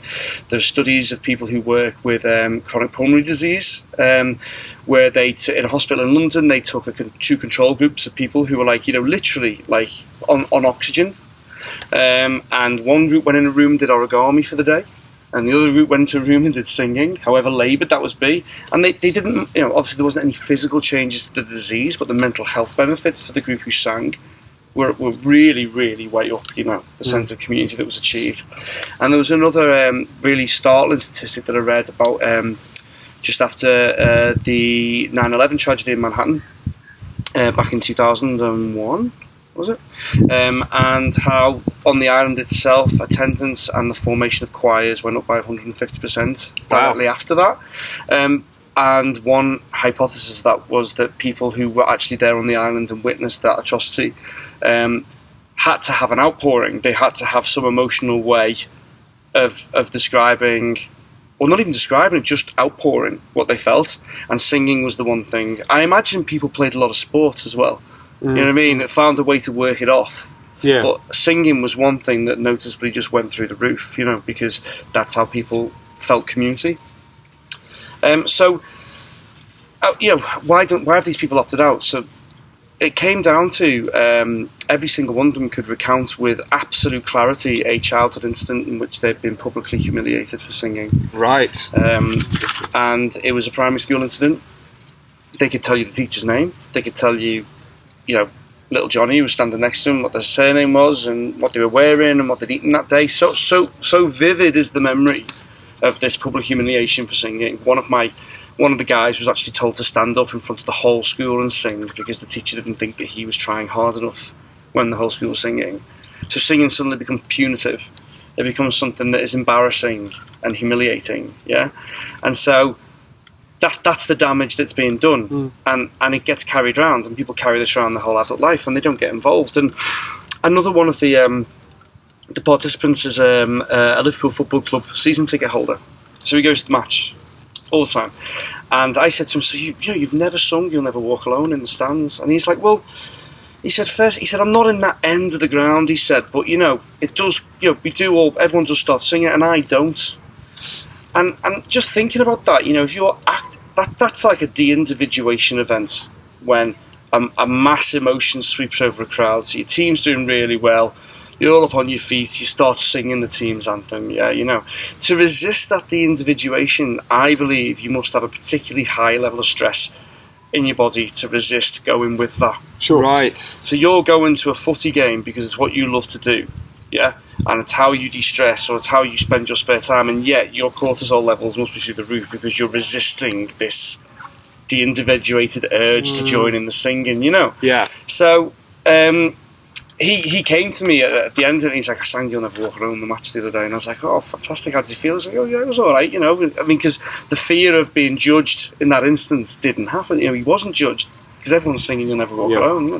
[SPEAKER 5] There are studies of people who work with um, chronic pulmonary disease, um, where they t- in a hospital in London they took a con- two control groups of people who were like you know literally like on on oxygen, um, and one group went in a room did origami for the day and the other route went into a room and did singing, however laboured that was be. And they, they didn't, you know, obviously there wasn't any physical changes to the disease, but the mental health benefits for the group who sang were, were really, really way up, you know, the sense of community that was achieved. And there was another um, really startling statistic that I read about um, just after uh, the 9 11 tragedy in Manhattan uh, back in 2001, was it? Um, and how on the island itself, attendance and the formation of choirs went up by 150% directly after that. Um, and one hypothesis of that was that people who were actually there on the island and witnessed that atrocity um, had to have an outpouring. They had to have some emotional way of of describing, or not even describing, just outpouring what they felt. And singing was the one thing. I imagine people played a lot of sport as well. You know what I mean? It found a way to work it off.
[SPEAKER 6] Yeah.
[SPEAKER 5] But singing was one thing that noticeably just went through the roof, you know, because that's how people felt community. Um, so, uh, you know, why don't why have these people opted out? So it came down to um, every single one of them could recount with absolute clarity a childhood incident in which they'd been publicly humiliated for singing.
[SPEAKER 1] Right.
[SPEAKER 5] Um, and it was a primary school incident. They could tell you the teacher's name. They could tell you, you know, little Johnny who was standing next to him, what their surname was, and what they were wearing, and what they'd eaten that day. So, so, so vivid is the memory of this public humiliation for singing. One of my one of the guys was actually told to stand up in front of the whole school and sing because the teacher didn't think that he was trying hard enough when the whole school was singing. So singing suddenly becomes punitive. It becomes something that is embarrassing and humiliating. Yeah, and so that that's the damage that's being done, and and it gets carried around, and people carry this around their whole adult life, and they don't get involved. And another one of the um, the participants is um, uh, a Liverpool Football Club season ticket holder, so he goes to the match all the time. And I said to him, "So you, you know, you've never sung, you'll never walk alone in the stands." And he's like, "Well." He said first. He said, "I'm not in that end of the ground." He said, "But you know, it does. You know, we do all. Everyone does start singing, and I don't." and and just thinking about that, you know, if you're act that that's like a de-individuation event when um, a mass emotion sweeps over a crowd. So your team's doing really well. You're all up on your feet. You start singing the team's anthem. Yeah, you know. To resist that de-individuation, I believe you must have a particularly high level of stress in your body to resist going with that.
[SPEAKER 6] Sure.
[SPEAKER 1] Right.
[SPEAKER 5] So you're going to a footy game because it's what you love to do, yeah? And it's how you de stress or it's how you spend your spare time, and yet your cortisol levels must be through the roof because you're resisting this de individuated urge to join in the singing, you know?
[SPEAKER 1] Yeah.
[SPEAKER 5] So um, he he came to me at, at the end and he's like, I sang You'll Never Walk Alone the match the other day. And I was like, oh, fantastic. How did you feel? I was like, oh, yeah, it was all right, you know. I mean, because the fear of being judged in that instance didn't happen. You know, he wasn't judged because everyone's singing You'll Never Walk
[SPEAKER 6] Yeah.
[SPEAKER 5] Alone. you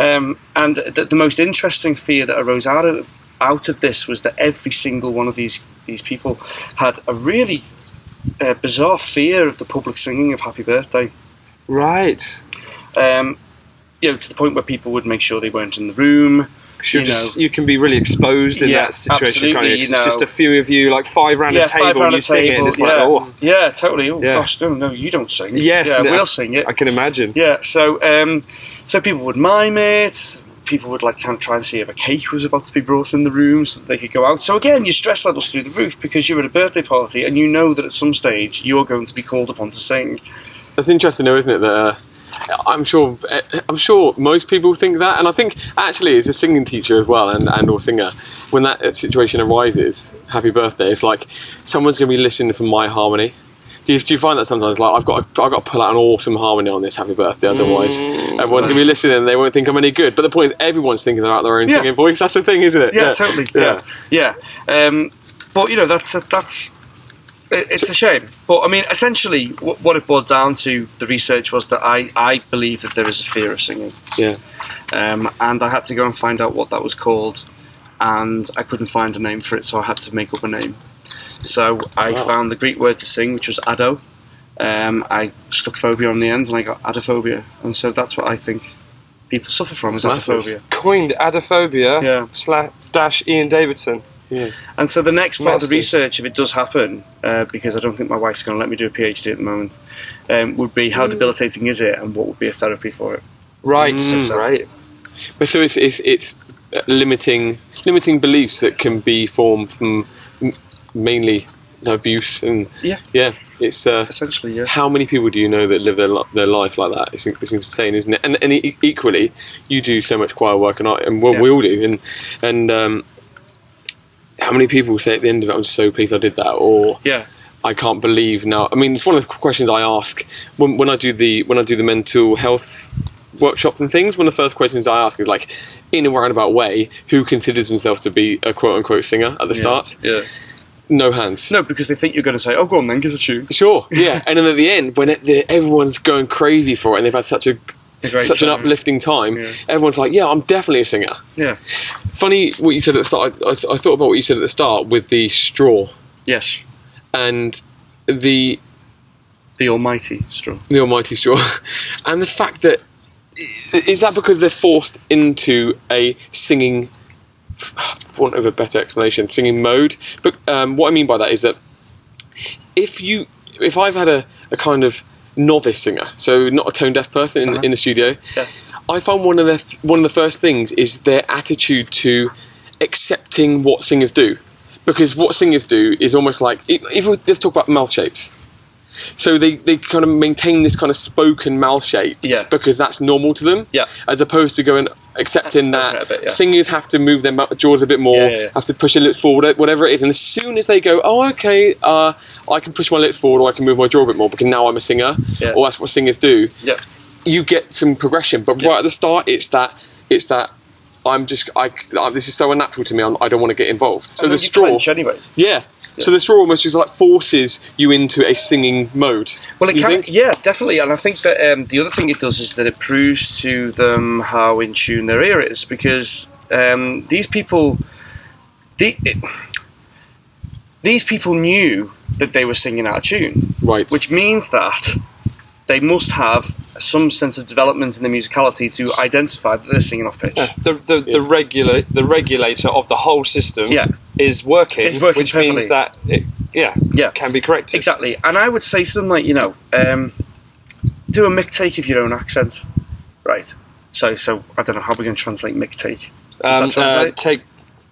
[SPEAKER 5] know. Um, and the, the most interesting fear that arose out of, out of this was that every single one of these, these people had a really uh, bizarre fear of the public singing of Happy Birthday
[SPEAKER 1] Right.
[SPEAKER 5] um, you know, to the point where people would make sure they weren't in the room.
[SPEAKER 1] 'Cause You're
[SPEAKER 5] You
[SPEAKER 1] just,
[SPEAKER 5] know.
[SPEAKER 1] you can be really exposed in
[SPEAKER 5] Yeah,
[SPEAKER 1] that situation. Can't you?
[SPEAKER 5] absolutely,
[SPEAKER 1] 'Cause
[SPEAKER 5] you
[SPEAKER 1] It's just
[SPEAKER 5] know.
[SPEAKER 1] a few of you, like five round a table, and you sing it, and it's like,
[SPEAKER 5] yeah,
[SPEAKER 1] oh,
[SPEAKER 5] yeah, totally. Oh
[SPEAKER 1] Yeah.
[SPEAKER 5] gosh, no, no, you don't sing.
[SPEAKER 1] Yes,
[SPEAKER 5] yeah,
[SPEAKER 1] no.
[SPEAKER 5] we'll sing it.
[SPEAKER 1] I can imagine.
[SPEAKER 5] Yeah, so um, so people would mime it. People would like kind of try and see if a cake was about to be brought in the room so that they could go out. So again, your stress levels through the roof because you're at a birthday party and you know that at some stage you're going to be called upon to sing.
[SPEAKER 6] That's interesting, though, isn't it? That uh, I'm sure, eh, I'm sure most people think that, and I think actually, as a singing teacher as well, and, and or singer, when that uh, situation arises, happy birthday, it's like someone's going to be listening for my harmony. Do you, do you find that sometimes? Like I've got, I've got to pull out an awesome harmony on this happy birthday. Otherwise,
[SPEAKER 5] Mm.
[SPEAKER 6] everyone's going to be listening, and they won't think I'm any good. But the point is, everyone's thinking they're out their own
[SPEAKER 5] Yeah.
[SPEAKER 6] singing voice. That's the thing, isn't it?
[SPEAKER 5] yeah, totally. Yeah, yeah. Um, but you know, that's that's it, it's a shame. But I mean, essentially, what, what it boiled down to the research was that I I believe that there is a fear of singing,
[SPEAKER 6] yeah.
[SPEAKER 5] um, and I had to go and find out what that was called, and I couldn't find a name for it, so I had to make up a name. So I found the Greek word to sing, which was ado. Um, I stuck phobia on the end, and I got adophobia, and so that's what I think people suffer from is
[SPEAKER 6] Massive.
[SPEAKER 5] adophobia.
[SPEAKER 1] Coined adophobia
[SPEAKER 5] Yeah.
[SPEAKER 1] slash dash Ian Davidson.
[SPEAKER 5] And so the next part
[SPEAKER 1] Masters.
[SPEAKER 5] of the research, if it does happen, uh, because I don't think my wife's going to let me do a PhD at the moment, um, would be how debilitating is it and what would be a therapy for it?
[SPEAKER 1] Right.
[SPEAKER 5] Mm.
[SPEAKER 1] Right.
[SPEAKER 6] But so it's, it's it's limiting limiting beliefs that can be formed from mainly abuse and
[SPEAKER 5] Yeah.
[SPEAKER 6] yeah, it's uh,
[SPEAKER 5] Essentially, yeah.
[SPEAKER 6] how many people do you know that live their li- their life like that? It's, it's insane, isn't it? And, and e- equally, you do so much choir work, and I and well,
[SPEAKER 5] Yeah.
[SPEAKER 6] we all do. And and um, how many people say at the end of it, "I'm so pleased I did that," or
[SPEAKER 5] Yeah.
[SPEAKER 6] I can't believe now. I mean, it's one of the questions I ask when, when I do the when I do the mental health workshops and things. One of the first questions I ask is like, in a roundabout way, who considers themselves to be a quote unquote singer at the start?
[SPEAKER 5] Yeah.
[SPEAKER 6] No hands.
[SPEAKER 5] No, because they think you're going to say, oh, go on then, give us a tune.
[SPEAKER 6] Sure, yeah. and then at the end, when it, the, everyone's going crazy for it, and they've had such a
[SPEAKER 5] A great
[SPEAKER 6] such an
[SPEAKER 5] time.
[SPEAKER 6] uplifting time,
[SPEAKER 5] Yeah.
[SPEAKER 6] everyone's like, "Yeah, I'm definitely a singer."
[SPEAKER 5] Yeah.
[SPEAKER 6] Funny what you said at the start. I, I thought about what you said at the start with the straw
[SPEAKER 5] Yes.
[SPEAKER 6] and the
[SPEAKER 5] The almighty straw.
[SPEAKER 6] the almighty straw, and the fact that is that because they're forced into a singing, for want of a better explanation, singing mode. But um, what I mean by that is that if you, if I've had a, a kind of novice singer, so not a tone deaf person in, in the studio,
[SPEAKER 5] Yeah.
[SPEAKER 6] I find one of the f- one of the first things is their attitude to accepting what singers do, because what singers do is almost like e- even with- let's talk about mouth shapes. So they, they kind of maintain this kind of spoken mouth shape
[SPEAKER 5] Yeah.
[SPEAKER 6] because that's normal to them.
[SPEAKER 5] Yeah.
[SPEAKER 6] As opposed to going accepting
[SPEAKER 5] Open
[SPEAKER 6] that
[SPEAKER 5] it a bit, yeah.
[SPEAKER 6] singers have to move their mou- jaws a bit more,
[SPEAKER 5] Yeah, yeah, yeah.
[SPEAKER 6] have to push a lip forward, whatever it is. And as soon as they go, oh okay, uh, I can push my lip forward or I can move my jaw a bit more because now I'm a singer,
[SPEAKER 5] Yeah.
[SPEAKER 6] or that's what singers do
[SPEAKER 5] Yeah.
[SPEAKER 6] you get some progression. But right at the start, it's that it's that I'm just I, I- this is so unnatural to me. I'm, I don't want to get involved. So
[SPEAKER 5] And
[SPEAKER 6] the
[SPEAKER 5] then you
[SPEAKER 6] straw,
[SPEAKER 5] clench anyway.
[SPEAKER 6] yeah. So the straw almost just like forces you into a singing mode.
[SPEAKER 5] Well, it
[SPEAKER 6] you
[SPEAKER 5] can,
[SPEAKER 6] think?
[SPEAKER 5] yeah, definitely, and I think that um, the other thing it does is that it proves to them how in tune their ear is because um, these people, the, it, these people knew that they were singing out of tune,
[SPEAKER 6] right.
[SPEAKER 5] which means that they must have some sense of development in the musicality to identify that they're singing off pitch.
[SPEAKER 7] the the, the regular the regulator of the whole system
[SPEAKER 5] Yeah.
[SPEAKER 7] is working,
[SPEAKER 5] It's working
[SPEAKER 7] which
[SPEAKER 5] perfectly.
[SPEAKER 7] means that it yeah,
[SPEAKER 5] Yeah.
[SPEAKER 7] can be corrected.
[SPEAKER 5] Exactly, and I would say to them like, you know, um, do a mick take of your own accent, right? So, so I don't know how we're going to translate mick take.
[SPEAKER 7] Um,
[SPEAKER 5] Does that
[SPEAKER 7] uh,
[SPEAKER 5] translate?
[SPEAKER 7] take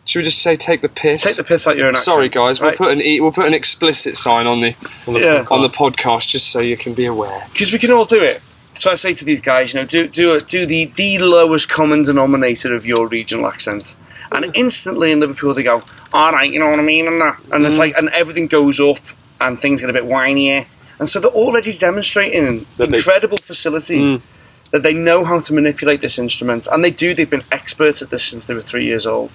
[SPEAKER 7] should we just say take the piss?
[SPEAKER 5] Take the piss out your own accent.
[SPEAKER 7] Sorry guys,
[SPEAKER 5] right?
[SPEAKER 7] we'll put an e- we'll put an explicit sign on the on the,
[SPEAKER 5] Yeah.
[SPEAKER 7] on the podcast just so you can be aware.
[SPEAKER 5] because we can all do it. So I say to these guys, you know, do do do the the lowest common denominator of your regional accent, and instantly in Liverpool they go, all right, you know what I mean, and that, and
[SPEAKER 7] Mm.
[SPEAKER 5] it's like, and everything goes up, and things get a bit whinier, and so they're already demonstrating
[SPEAKER 6] That they-
[SPEAKER 5] incredible facility.
[SPEAKER 7] Mm.
[SPEAKER 5] That they know how to manipulate this instrument, and they do. They've been experts at this since they were three years old.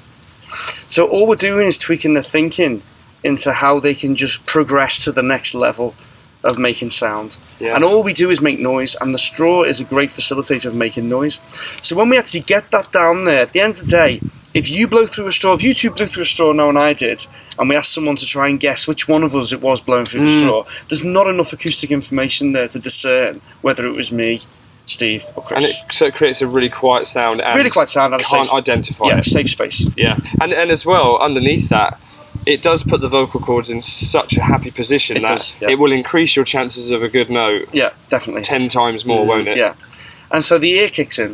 [SPEAKER 5] So all we're doing is tweaking their thinking into how they can just progress to the next level of making sound.
[SPEAKER 7] Yeah.
[SPEAKER 5] And all we do is make noise, and the straw is a great facilitator of making noise. So when we actually get that down there, at the end of the day, if you blow through a straw, if you two blew through a straw, no and I did, and we asked someone to try and guess which one of us it was blowing through
[SPEAKER 7] Mm.
[SPEAKER 5] the straw, there's not enough acoustic information there to discern whether it was me, Steve, or
[SPEAKER 7] And
[SPEAKER 5] Chris.
[SPEAKER 7] it, so it creates a really quiet sound and
[SPEAKER 5] Really quiet sound and a
[SPEAKER 7] can't
[SPEAKER 5] safe-
[SPEAKER 7] identify
[SPEAKER 5] yeah,
[SPEAKER 7] it.
[SPEAKER 5] safe space.
[SPEAKER 7] Yeah, and and as well underneath that, it does put the vocal cords in such a happy position
[SPEAKER 5] It
[SPEAKER 7] that
[SPEAKER 5] does, yeah.
[SPEAKER 7] it will increase your chances of a good note
[SPEAKER 5] Yeah, definitely.
[SPEAKER 7] ten times more, won't it?
[SPEAKER 5] Mm, Yeah. And so the ear kicks in.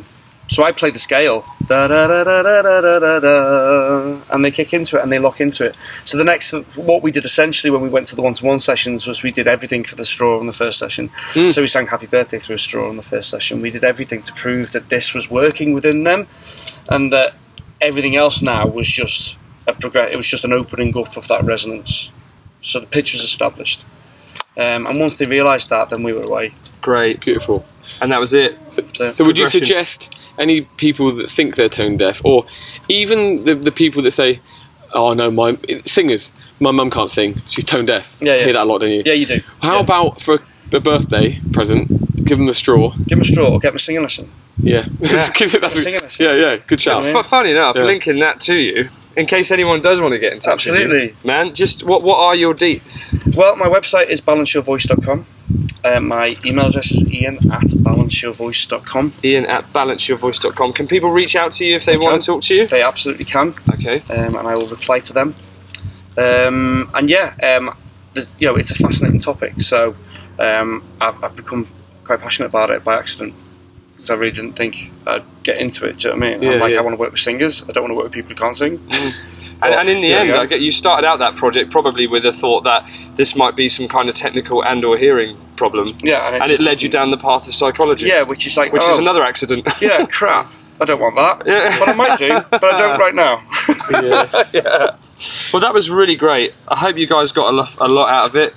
[SPEAKER 5] So I play the scale. Da, da, da, da, da, da, da, da, da, and they kick into it and they lock into it. So the next, what we did essentially when we went to the one to one sessions was we did everything for the straw on the first session. So we sang Happy Birthday through a straw on the first session. We did everything to prove that this was working within them and that everything else now was just a progress. It was just an opening up of that resonance. So the pitch was established. Um, and once they realised that, then we were away.
[SPEAKER 7] Great,
[SPEAKER 6] Beautiful.
[SPEAKER 7] and that was it.
[SPEAKER 5] So-
[SPEAKER 6] So would you
[SPEAKER 7] Progression.
[SPEAKER 6] suggest any people that think they're tone deaf, or even the, the people that say, "Oh no, my singers, my mum can't sing; she's tone deaf."
[SPEAKER 5] Yeah, yeah.
[SPEAKER 6] hear that a lot, don't you?
[SPEAKER 5] Yeah, you do.
[SPEAKER 6] How
[SPEAKER 5] Yeah.
[SPEAKER 6] about for a birthday present, give them a straw?
[SPEAKER 5] Give him a straw or get him a singing lesson.
[SPEAKER 6] Yeah, yeah,
[SPEAKER 5] Singing lesson.
[SPEAKER 6] yeah, yeah. Good shout.
[SPEAKER 5] Yeah.
[SPEAKER 7] F- funny enough,
[SPEAKER 6] Yeah.
[SPEAKER 7] linking that to you, in case anyone does want to get in touch. with you,
[SPEAKER 5] Absolutely.
[SPEAKER 7] man. Just what what are your deets?
[SPEAKER 5] Well, my website is balanceyourvoice.com. Uh, my email address is ian at balanceyourvoice.com.
[SPEAKER 7] Ian at balanceyourvoice.com. Can people reach out to you if they want to talk to you?
[SPEAKER 5] They absolutely can,
[SPEAKER 7] Okay.
[SPEAKER 5] um, and I will reply to them. Um, and yeah, um, there's- you know, it's a fascinating topic, so um, I've, I've become quite passionate about it by accident. Because I really didn't think I'd get into it. Do you know what I mean? I'm
[SPEAKER 6] Yeah,
[SPEAKER 5] like,
[SPEAKER 6] yeah.
[SPEAKER 5] I want to work with singers. I don't want to work with people who can't sing.
[SPEAKER 8] And, and in the
[SPEAKER 6] there we
[SPEAKER 8] end,
[SPEAKER 6] go.
[SPEAKER 8] I get you started out that project probably with a thought that this might be some kind of technical and/or hearing problem.
[SPEAKER 5] Yeah, and it
[SPEAKER 8] and it
[SPEAKER 5] just
[SPEAKER 8] led you down
[SPEAKER 5] doesn't-
[SPEAKER 8] the path of psychology.
[SPEAKER 5] Yeah, which is like
[SPEAKER 8] which
[SPEAKER 5] oh,
[SPEAKER 8] is another accident.
[SPEAKER 5] Yeah, crap. I don't want that.
[SPEAKER 8] Yeah.
[SPEAKER 5] But I might do, but I don't right now.
[SPEAKER 8] Well, that was really great. I hope you guys got a lot, a lot out of it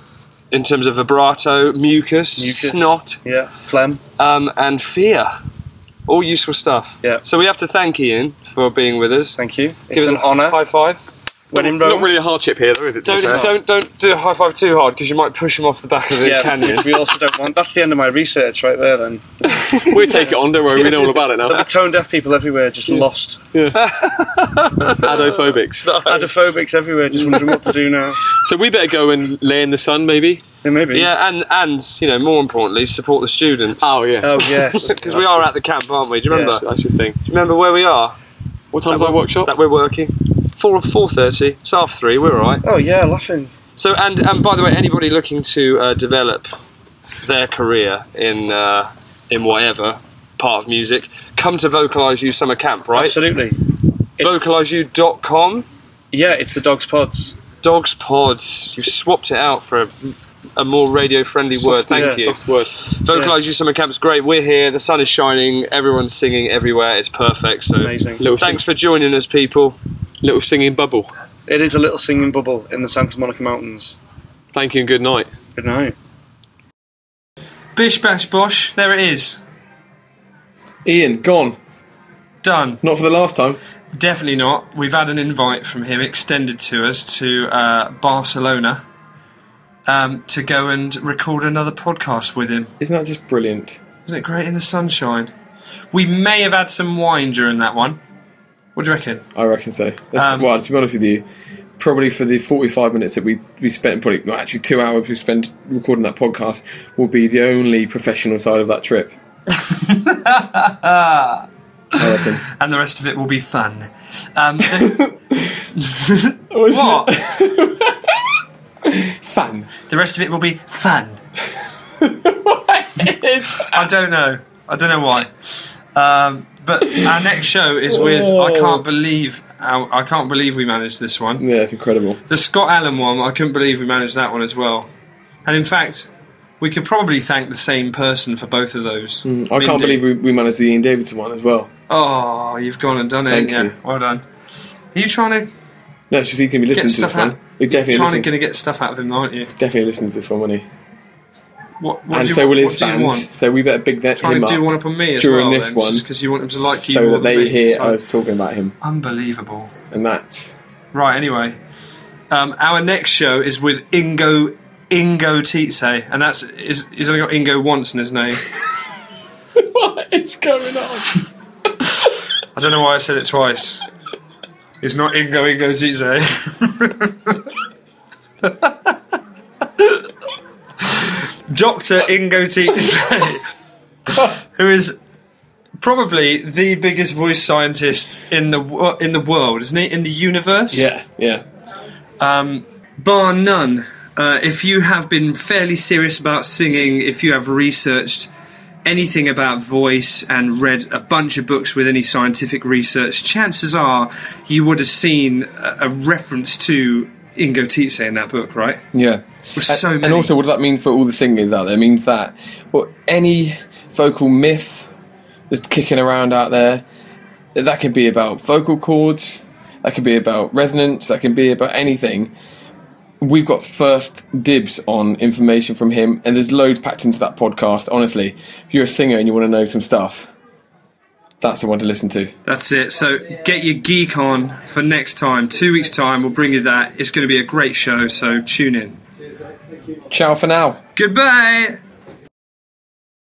[SPEAKER 8] in terms of vibrato, mucus,
[SPEAKER 5] Mucus.
[SPEAKER 8] snot,
[SPEAKER 5] yeah, phlegm.
[SPEAKER 8] um, and fear. All useful stuff.
[SPEAKER 5] Yeah.
[SPEAKER 8] So we have to thank Ian for being with us.
[SPEAKER 5] Thank you.
[SPEAKER 8] Give
[SPEAKER 5] It's
[SPEAKER 8] us
[SPEAKER 5] an
[SPEAKER 8] a
[SPEAKER 5] honour.
[SPEAKER 8] High five.
[SPEAKER 5] When in
[SPEAKER 6] Not
[SPEAKER 5] Rome.
[SPEAKER 6] really a hardship here, though, is it? uh, to be
[SPEAKER 8] Don't
[SPEAKER 6] fair?
[SPEAKER 8] don't don't do a high five too hard because you might push him off the back of the
[SPEAKER 5] yeah,
[SPEAKER 8] canyon.
[SPEAKER 5] which we also don't want. That's the end of my research right there. Then
[SPEAKER 6] we take it on, don't worry. We know all about it now.
[SPEAKER 5] there'll be tone deaf people everywhere, just lost.
[SPEAKER 6] Adophobics.
[SPEAKER 5] Adophobics everywhere, just wondering what to do now.
[SPEAKER 6] So we better go and lay in the sun, maybe.
[SPEAKER 5] Yeah, maybe.
[SPEAKER 8] Yeah, and and you know more importantly, support the students
[SPEAKER 6] Oh yeah.
[SPEAKER 5] Oh yes.
[SPEAKER 8] because we are at the camp, aren't we? Do you remember?
[SPEAKER 5] Yes.
[SPEAKER 8] Do
[SPEAKER 6] That's your thing.
[SPEAKER 8] you remember where we are?
[SPEAKER 6] What time's our workshop?
[SPEAKER 8] That we're working. Four four thirty. It's half three. We're all right.
[SPEAKER 5] Oh yeah, laughing.
[SPEAKER 8] So, and, and by the way, anybody looking to uh, develop their career in uh, in whatever part of music, come to Vocalize You Summer Camp, right?
[SPEAKER 5] Absolutely. It's-
[SPEAKER 8] VocalizeYou.com,
[SPEAKER 5] Yeah, it's the dogs pods.
[SPEAKER 8] Dogs Pods. You've swapped it out for a, a more radio friendly word. Thank
[SPEAKER 5] yeah,
[SPEAKER 8] you.
[SPEAKER 5] soft
[SPEAKER 8] word. Vocalize You Summer Camp's great. We're here. The sun is shining. Everyone's singing everywhere. It's perfect. So,
[SPEAKER 5] Amazing.
[SPEAKER 6] Little, sing-
[SPEAKER 8] thanks for joining us, people.
[SPEAKER 6] little singing bubble.
[SPEAKER 5] It is a little singing bubble in the Santa Monica Mountains.
[SPEAKER 6] Thank you and good night.
[SPEAKER 5] Good night.
[SPEAKER 1] Bish bash bosh. There it is.
[SPEAKER 2] Ian, gone.
[SPEAKER 1] Done.
[SPEAKER 2] Not for the last time.
[SPEAKER 1] Definitely not. We've had an invite from him extended to us to uh, Barcelona um, to go and record another podcast with him.
[SPEAKER 2] Isn't that just brilliant?
[SPEAKER 1] Isn't it great in the sunshine? We may have had some wine during that one. What do you reckon?
[SPEAKER 2] I reckon so. That's,
[SPEAKER 1] Um,
[SPEAKER 2] well, to be honest with you, probably for the 45 minutes that we, we spent, probably well, actually two hours we spent recording that podcast, will be the only professional side of that trip. I reckon.
[SPEAKER 1] And the rest of it will be fun. Um, the-
[SPEAKER 2] What?
[SPEAKER 1] what?
[SPEAKER 2] Fan.
[SPEAKER 1] The rest of it will be fun. I don't know. I don't know why. Um, but our next show is with.
[SPEAKER 2] Oh.
[SPEAKER 1] I can't believe. How, I can't believe we managed this one.
[SPEAKER 2] Yeah, it's incredible.
[SPEAKER 1] The Scott Allen one, I couldn't believe we managed that one as well. And in fact, we could probably thank the same person for both of those.
[SPEAKER 2] Hmm, I can't believe we, we managed the Ian Davidson one as well.
[SPEAKER 1] Oh, you've gone and done it.
[SPEAKER 2] Thank
[SPEAKER 1] yeah,
[SPEAKER 2] you.
[SPEAKER 1] well done. Are you trying to
[SPEAKER 2] No, she's going to be
[SPEAKER 1] get
[SPEAKER 2] listening to
[SPEAKER 1] stuff
[SPEAKER 2] this one.
[SPEAKER 1] out?
[SPEAKER 2] He's definitely
[SPEAKER 1] trying
[SPEAKER 2] listening,
[SPEAKER 1] to get stuff out of him, aren't you?
[SPEAKER 2] definitely listen to this one, won't he?
[SPEAKER 1] What, what do
[SPEAKER 2] And
[SPEAKER 1] you,
[SPEAKER 2] so will his
[SPEAKER 1] what do you
[SPEAKER 2] fans.
[SPEAKER 1] want?
[SPEAKER 2] So we better big that
[SPEAKER 1] Trying
[SPEAKER 2] him
[SPEAKER 1] to
[SPEAKER 2] up
[SPEAKER 1] do one up on me as
[SPEAKER 2] during
[SPEAKER 1] well,
[SPEAKER 2] this
[SPEAKER 1] then,
[SPEAKER 2] one,
[SPEAKER 1] just because you want him to like you
[SPEAKER 2] so
[SPEAKER 1] more
[SPEAKER 2] that they
[SPEAKER 1] than me.
[SPEAKER 2] hear
[SPEAKER 1] It's like,
[SPEAKER 2] us talking about him.
[SPEAKER 1] unbelievable.
[SPEAKER 2] And that
[SPEAKER 1] Right, anyway. Um, our next show is with Ingo Ingo Tite, and that's is he's only got Ingo once in his name.
[SPEAKER 2] what is going on?
[SPEAKER 1] I don't know why I said it twice. It's not Ingo Ingo Tite. Dr. Ingo Tite, who is probably the biggest voice scientist in the wo- in the world, isn't he? In the universe?
[SPEAKER 2] Yeah, yeah.
[SPEAKER 1] um, bar none. Uh, if you have been fairly serious about singing, if you have researched anything about voice and read a bunch of books with any scientific research, chances are you would have seen a, a reference to Ingo Tietze in that book, right?
[SPEAKER 2] Yeah.
[SPEAKER 1] With
[SPEAKER 2] And-
[SPEAKER 1] so
[SPEAKER 2] Uh, and,
[SPEAKER 1] many.
[SPEAKER 2] also, what does that mean for all the singers out there? It means that well, any vocal myth that's kicking around out there, that can be about vocal cords, that can be about resonance, that can be about anything. We've got first dibs on information from him, and there's loads packed into that podcast. Honestly, if you're a singer and you want to know some stuff, that's the one to listen to.
[SPEAKER 1] That's it. So get your geek on for next time. Two weeks' time, we'll bring you that. It's going to be a great show, so tune in.
[SPEAKER 2] Ciao for now.
[SPEAKER 1] Goodbye!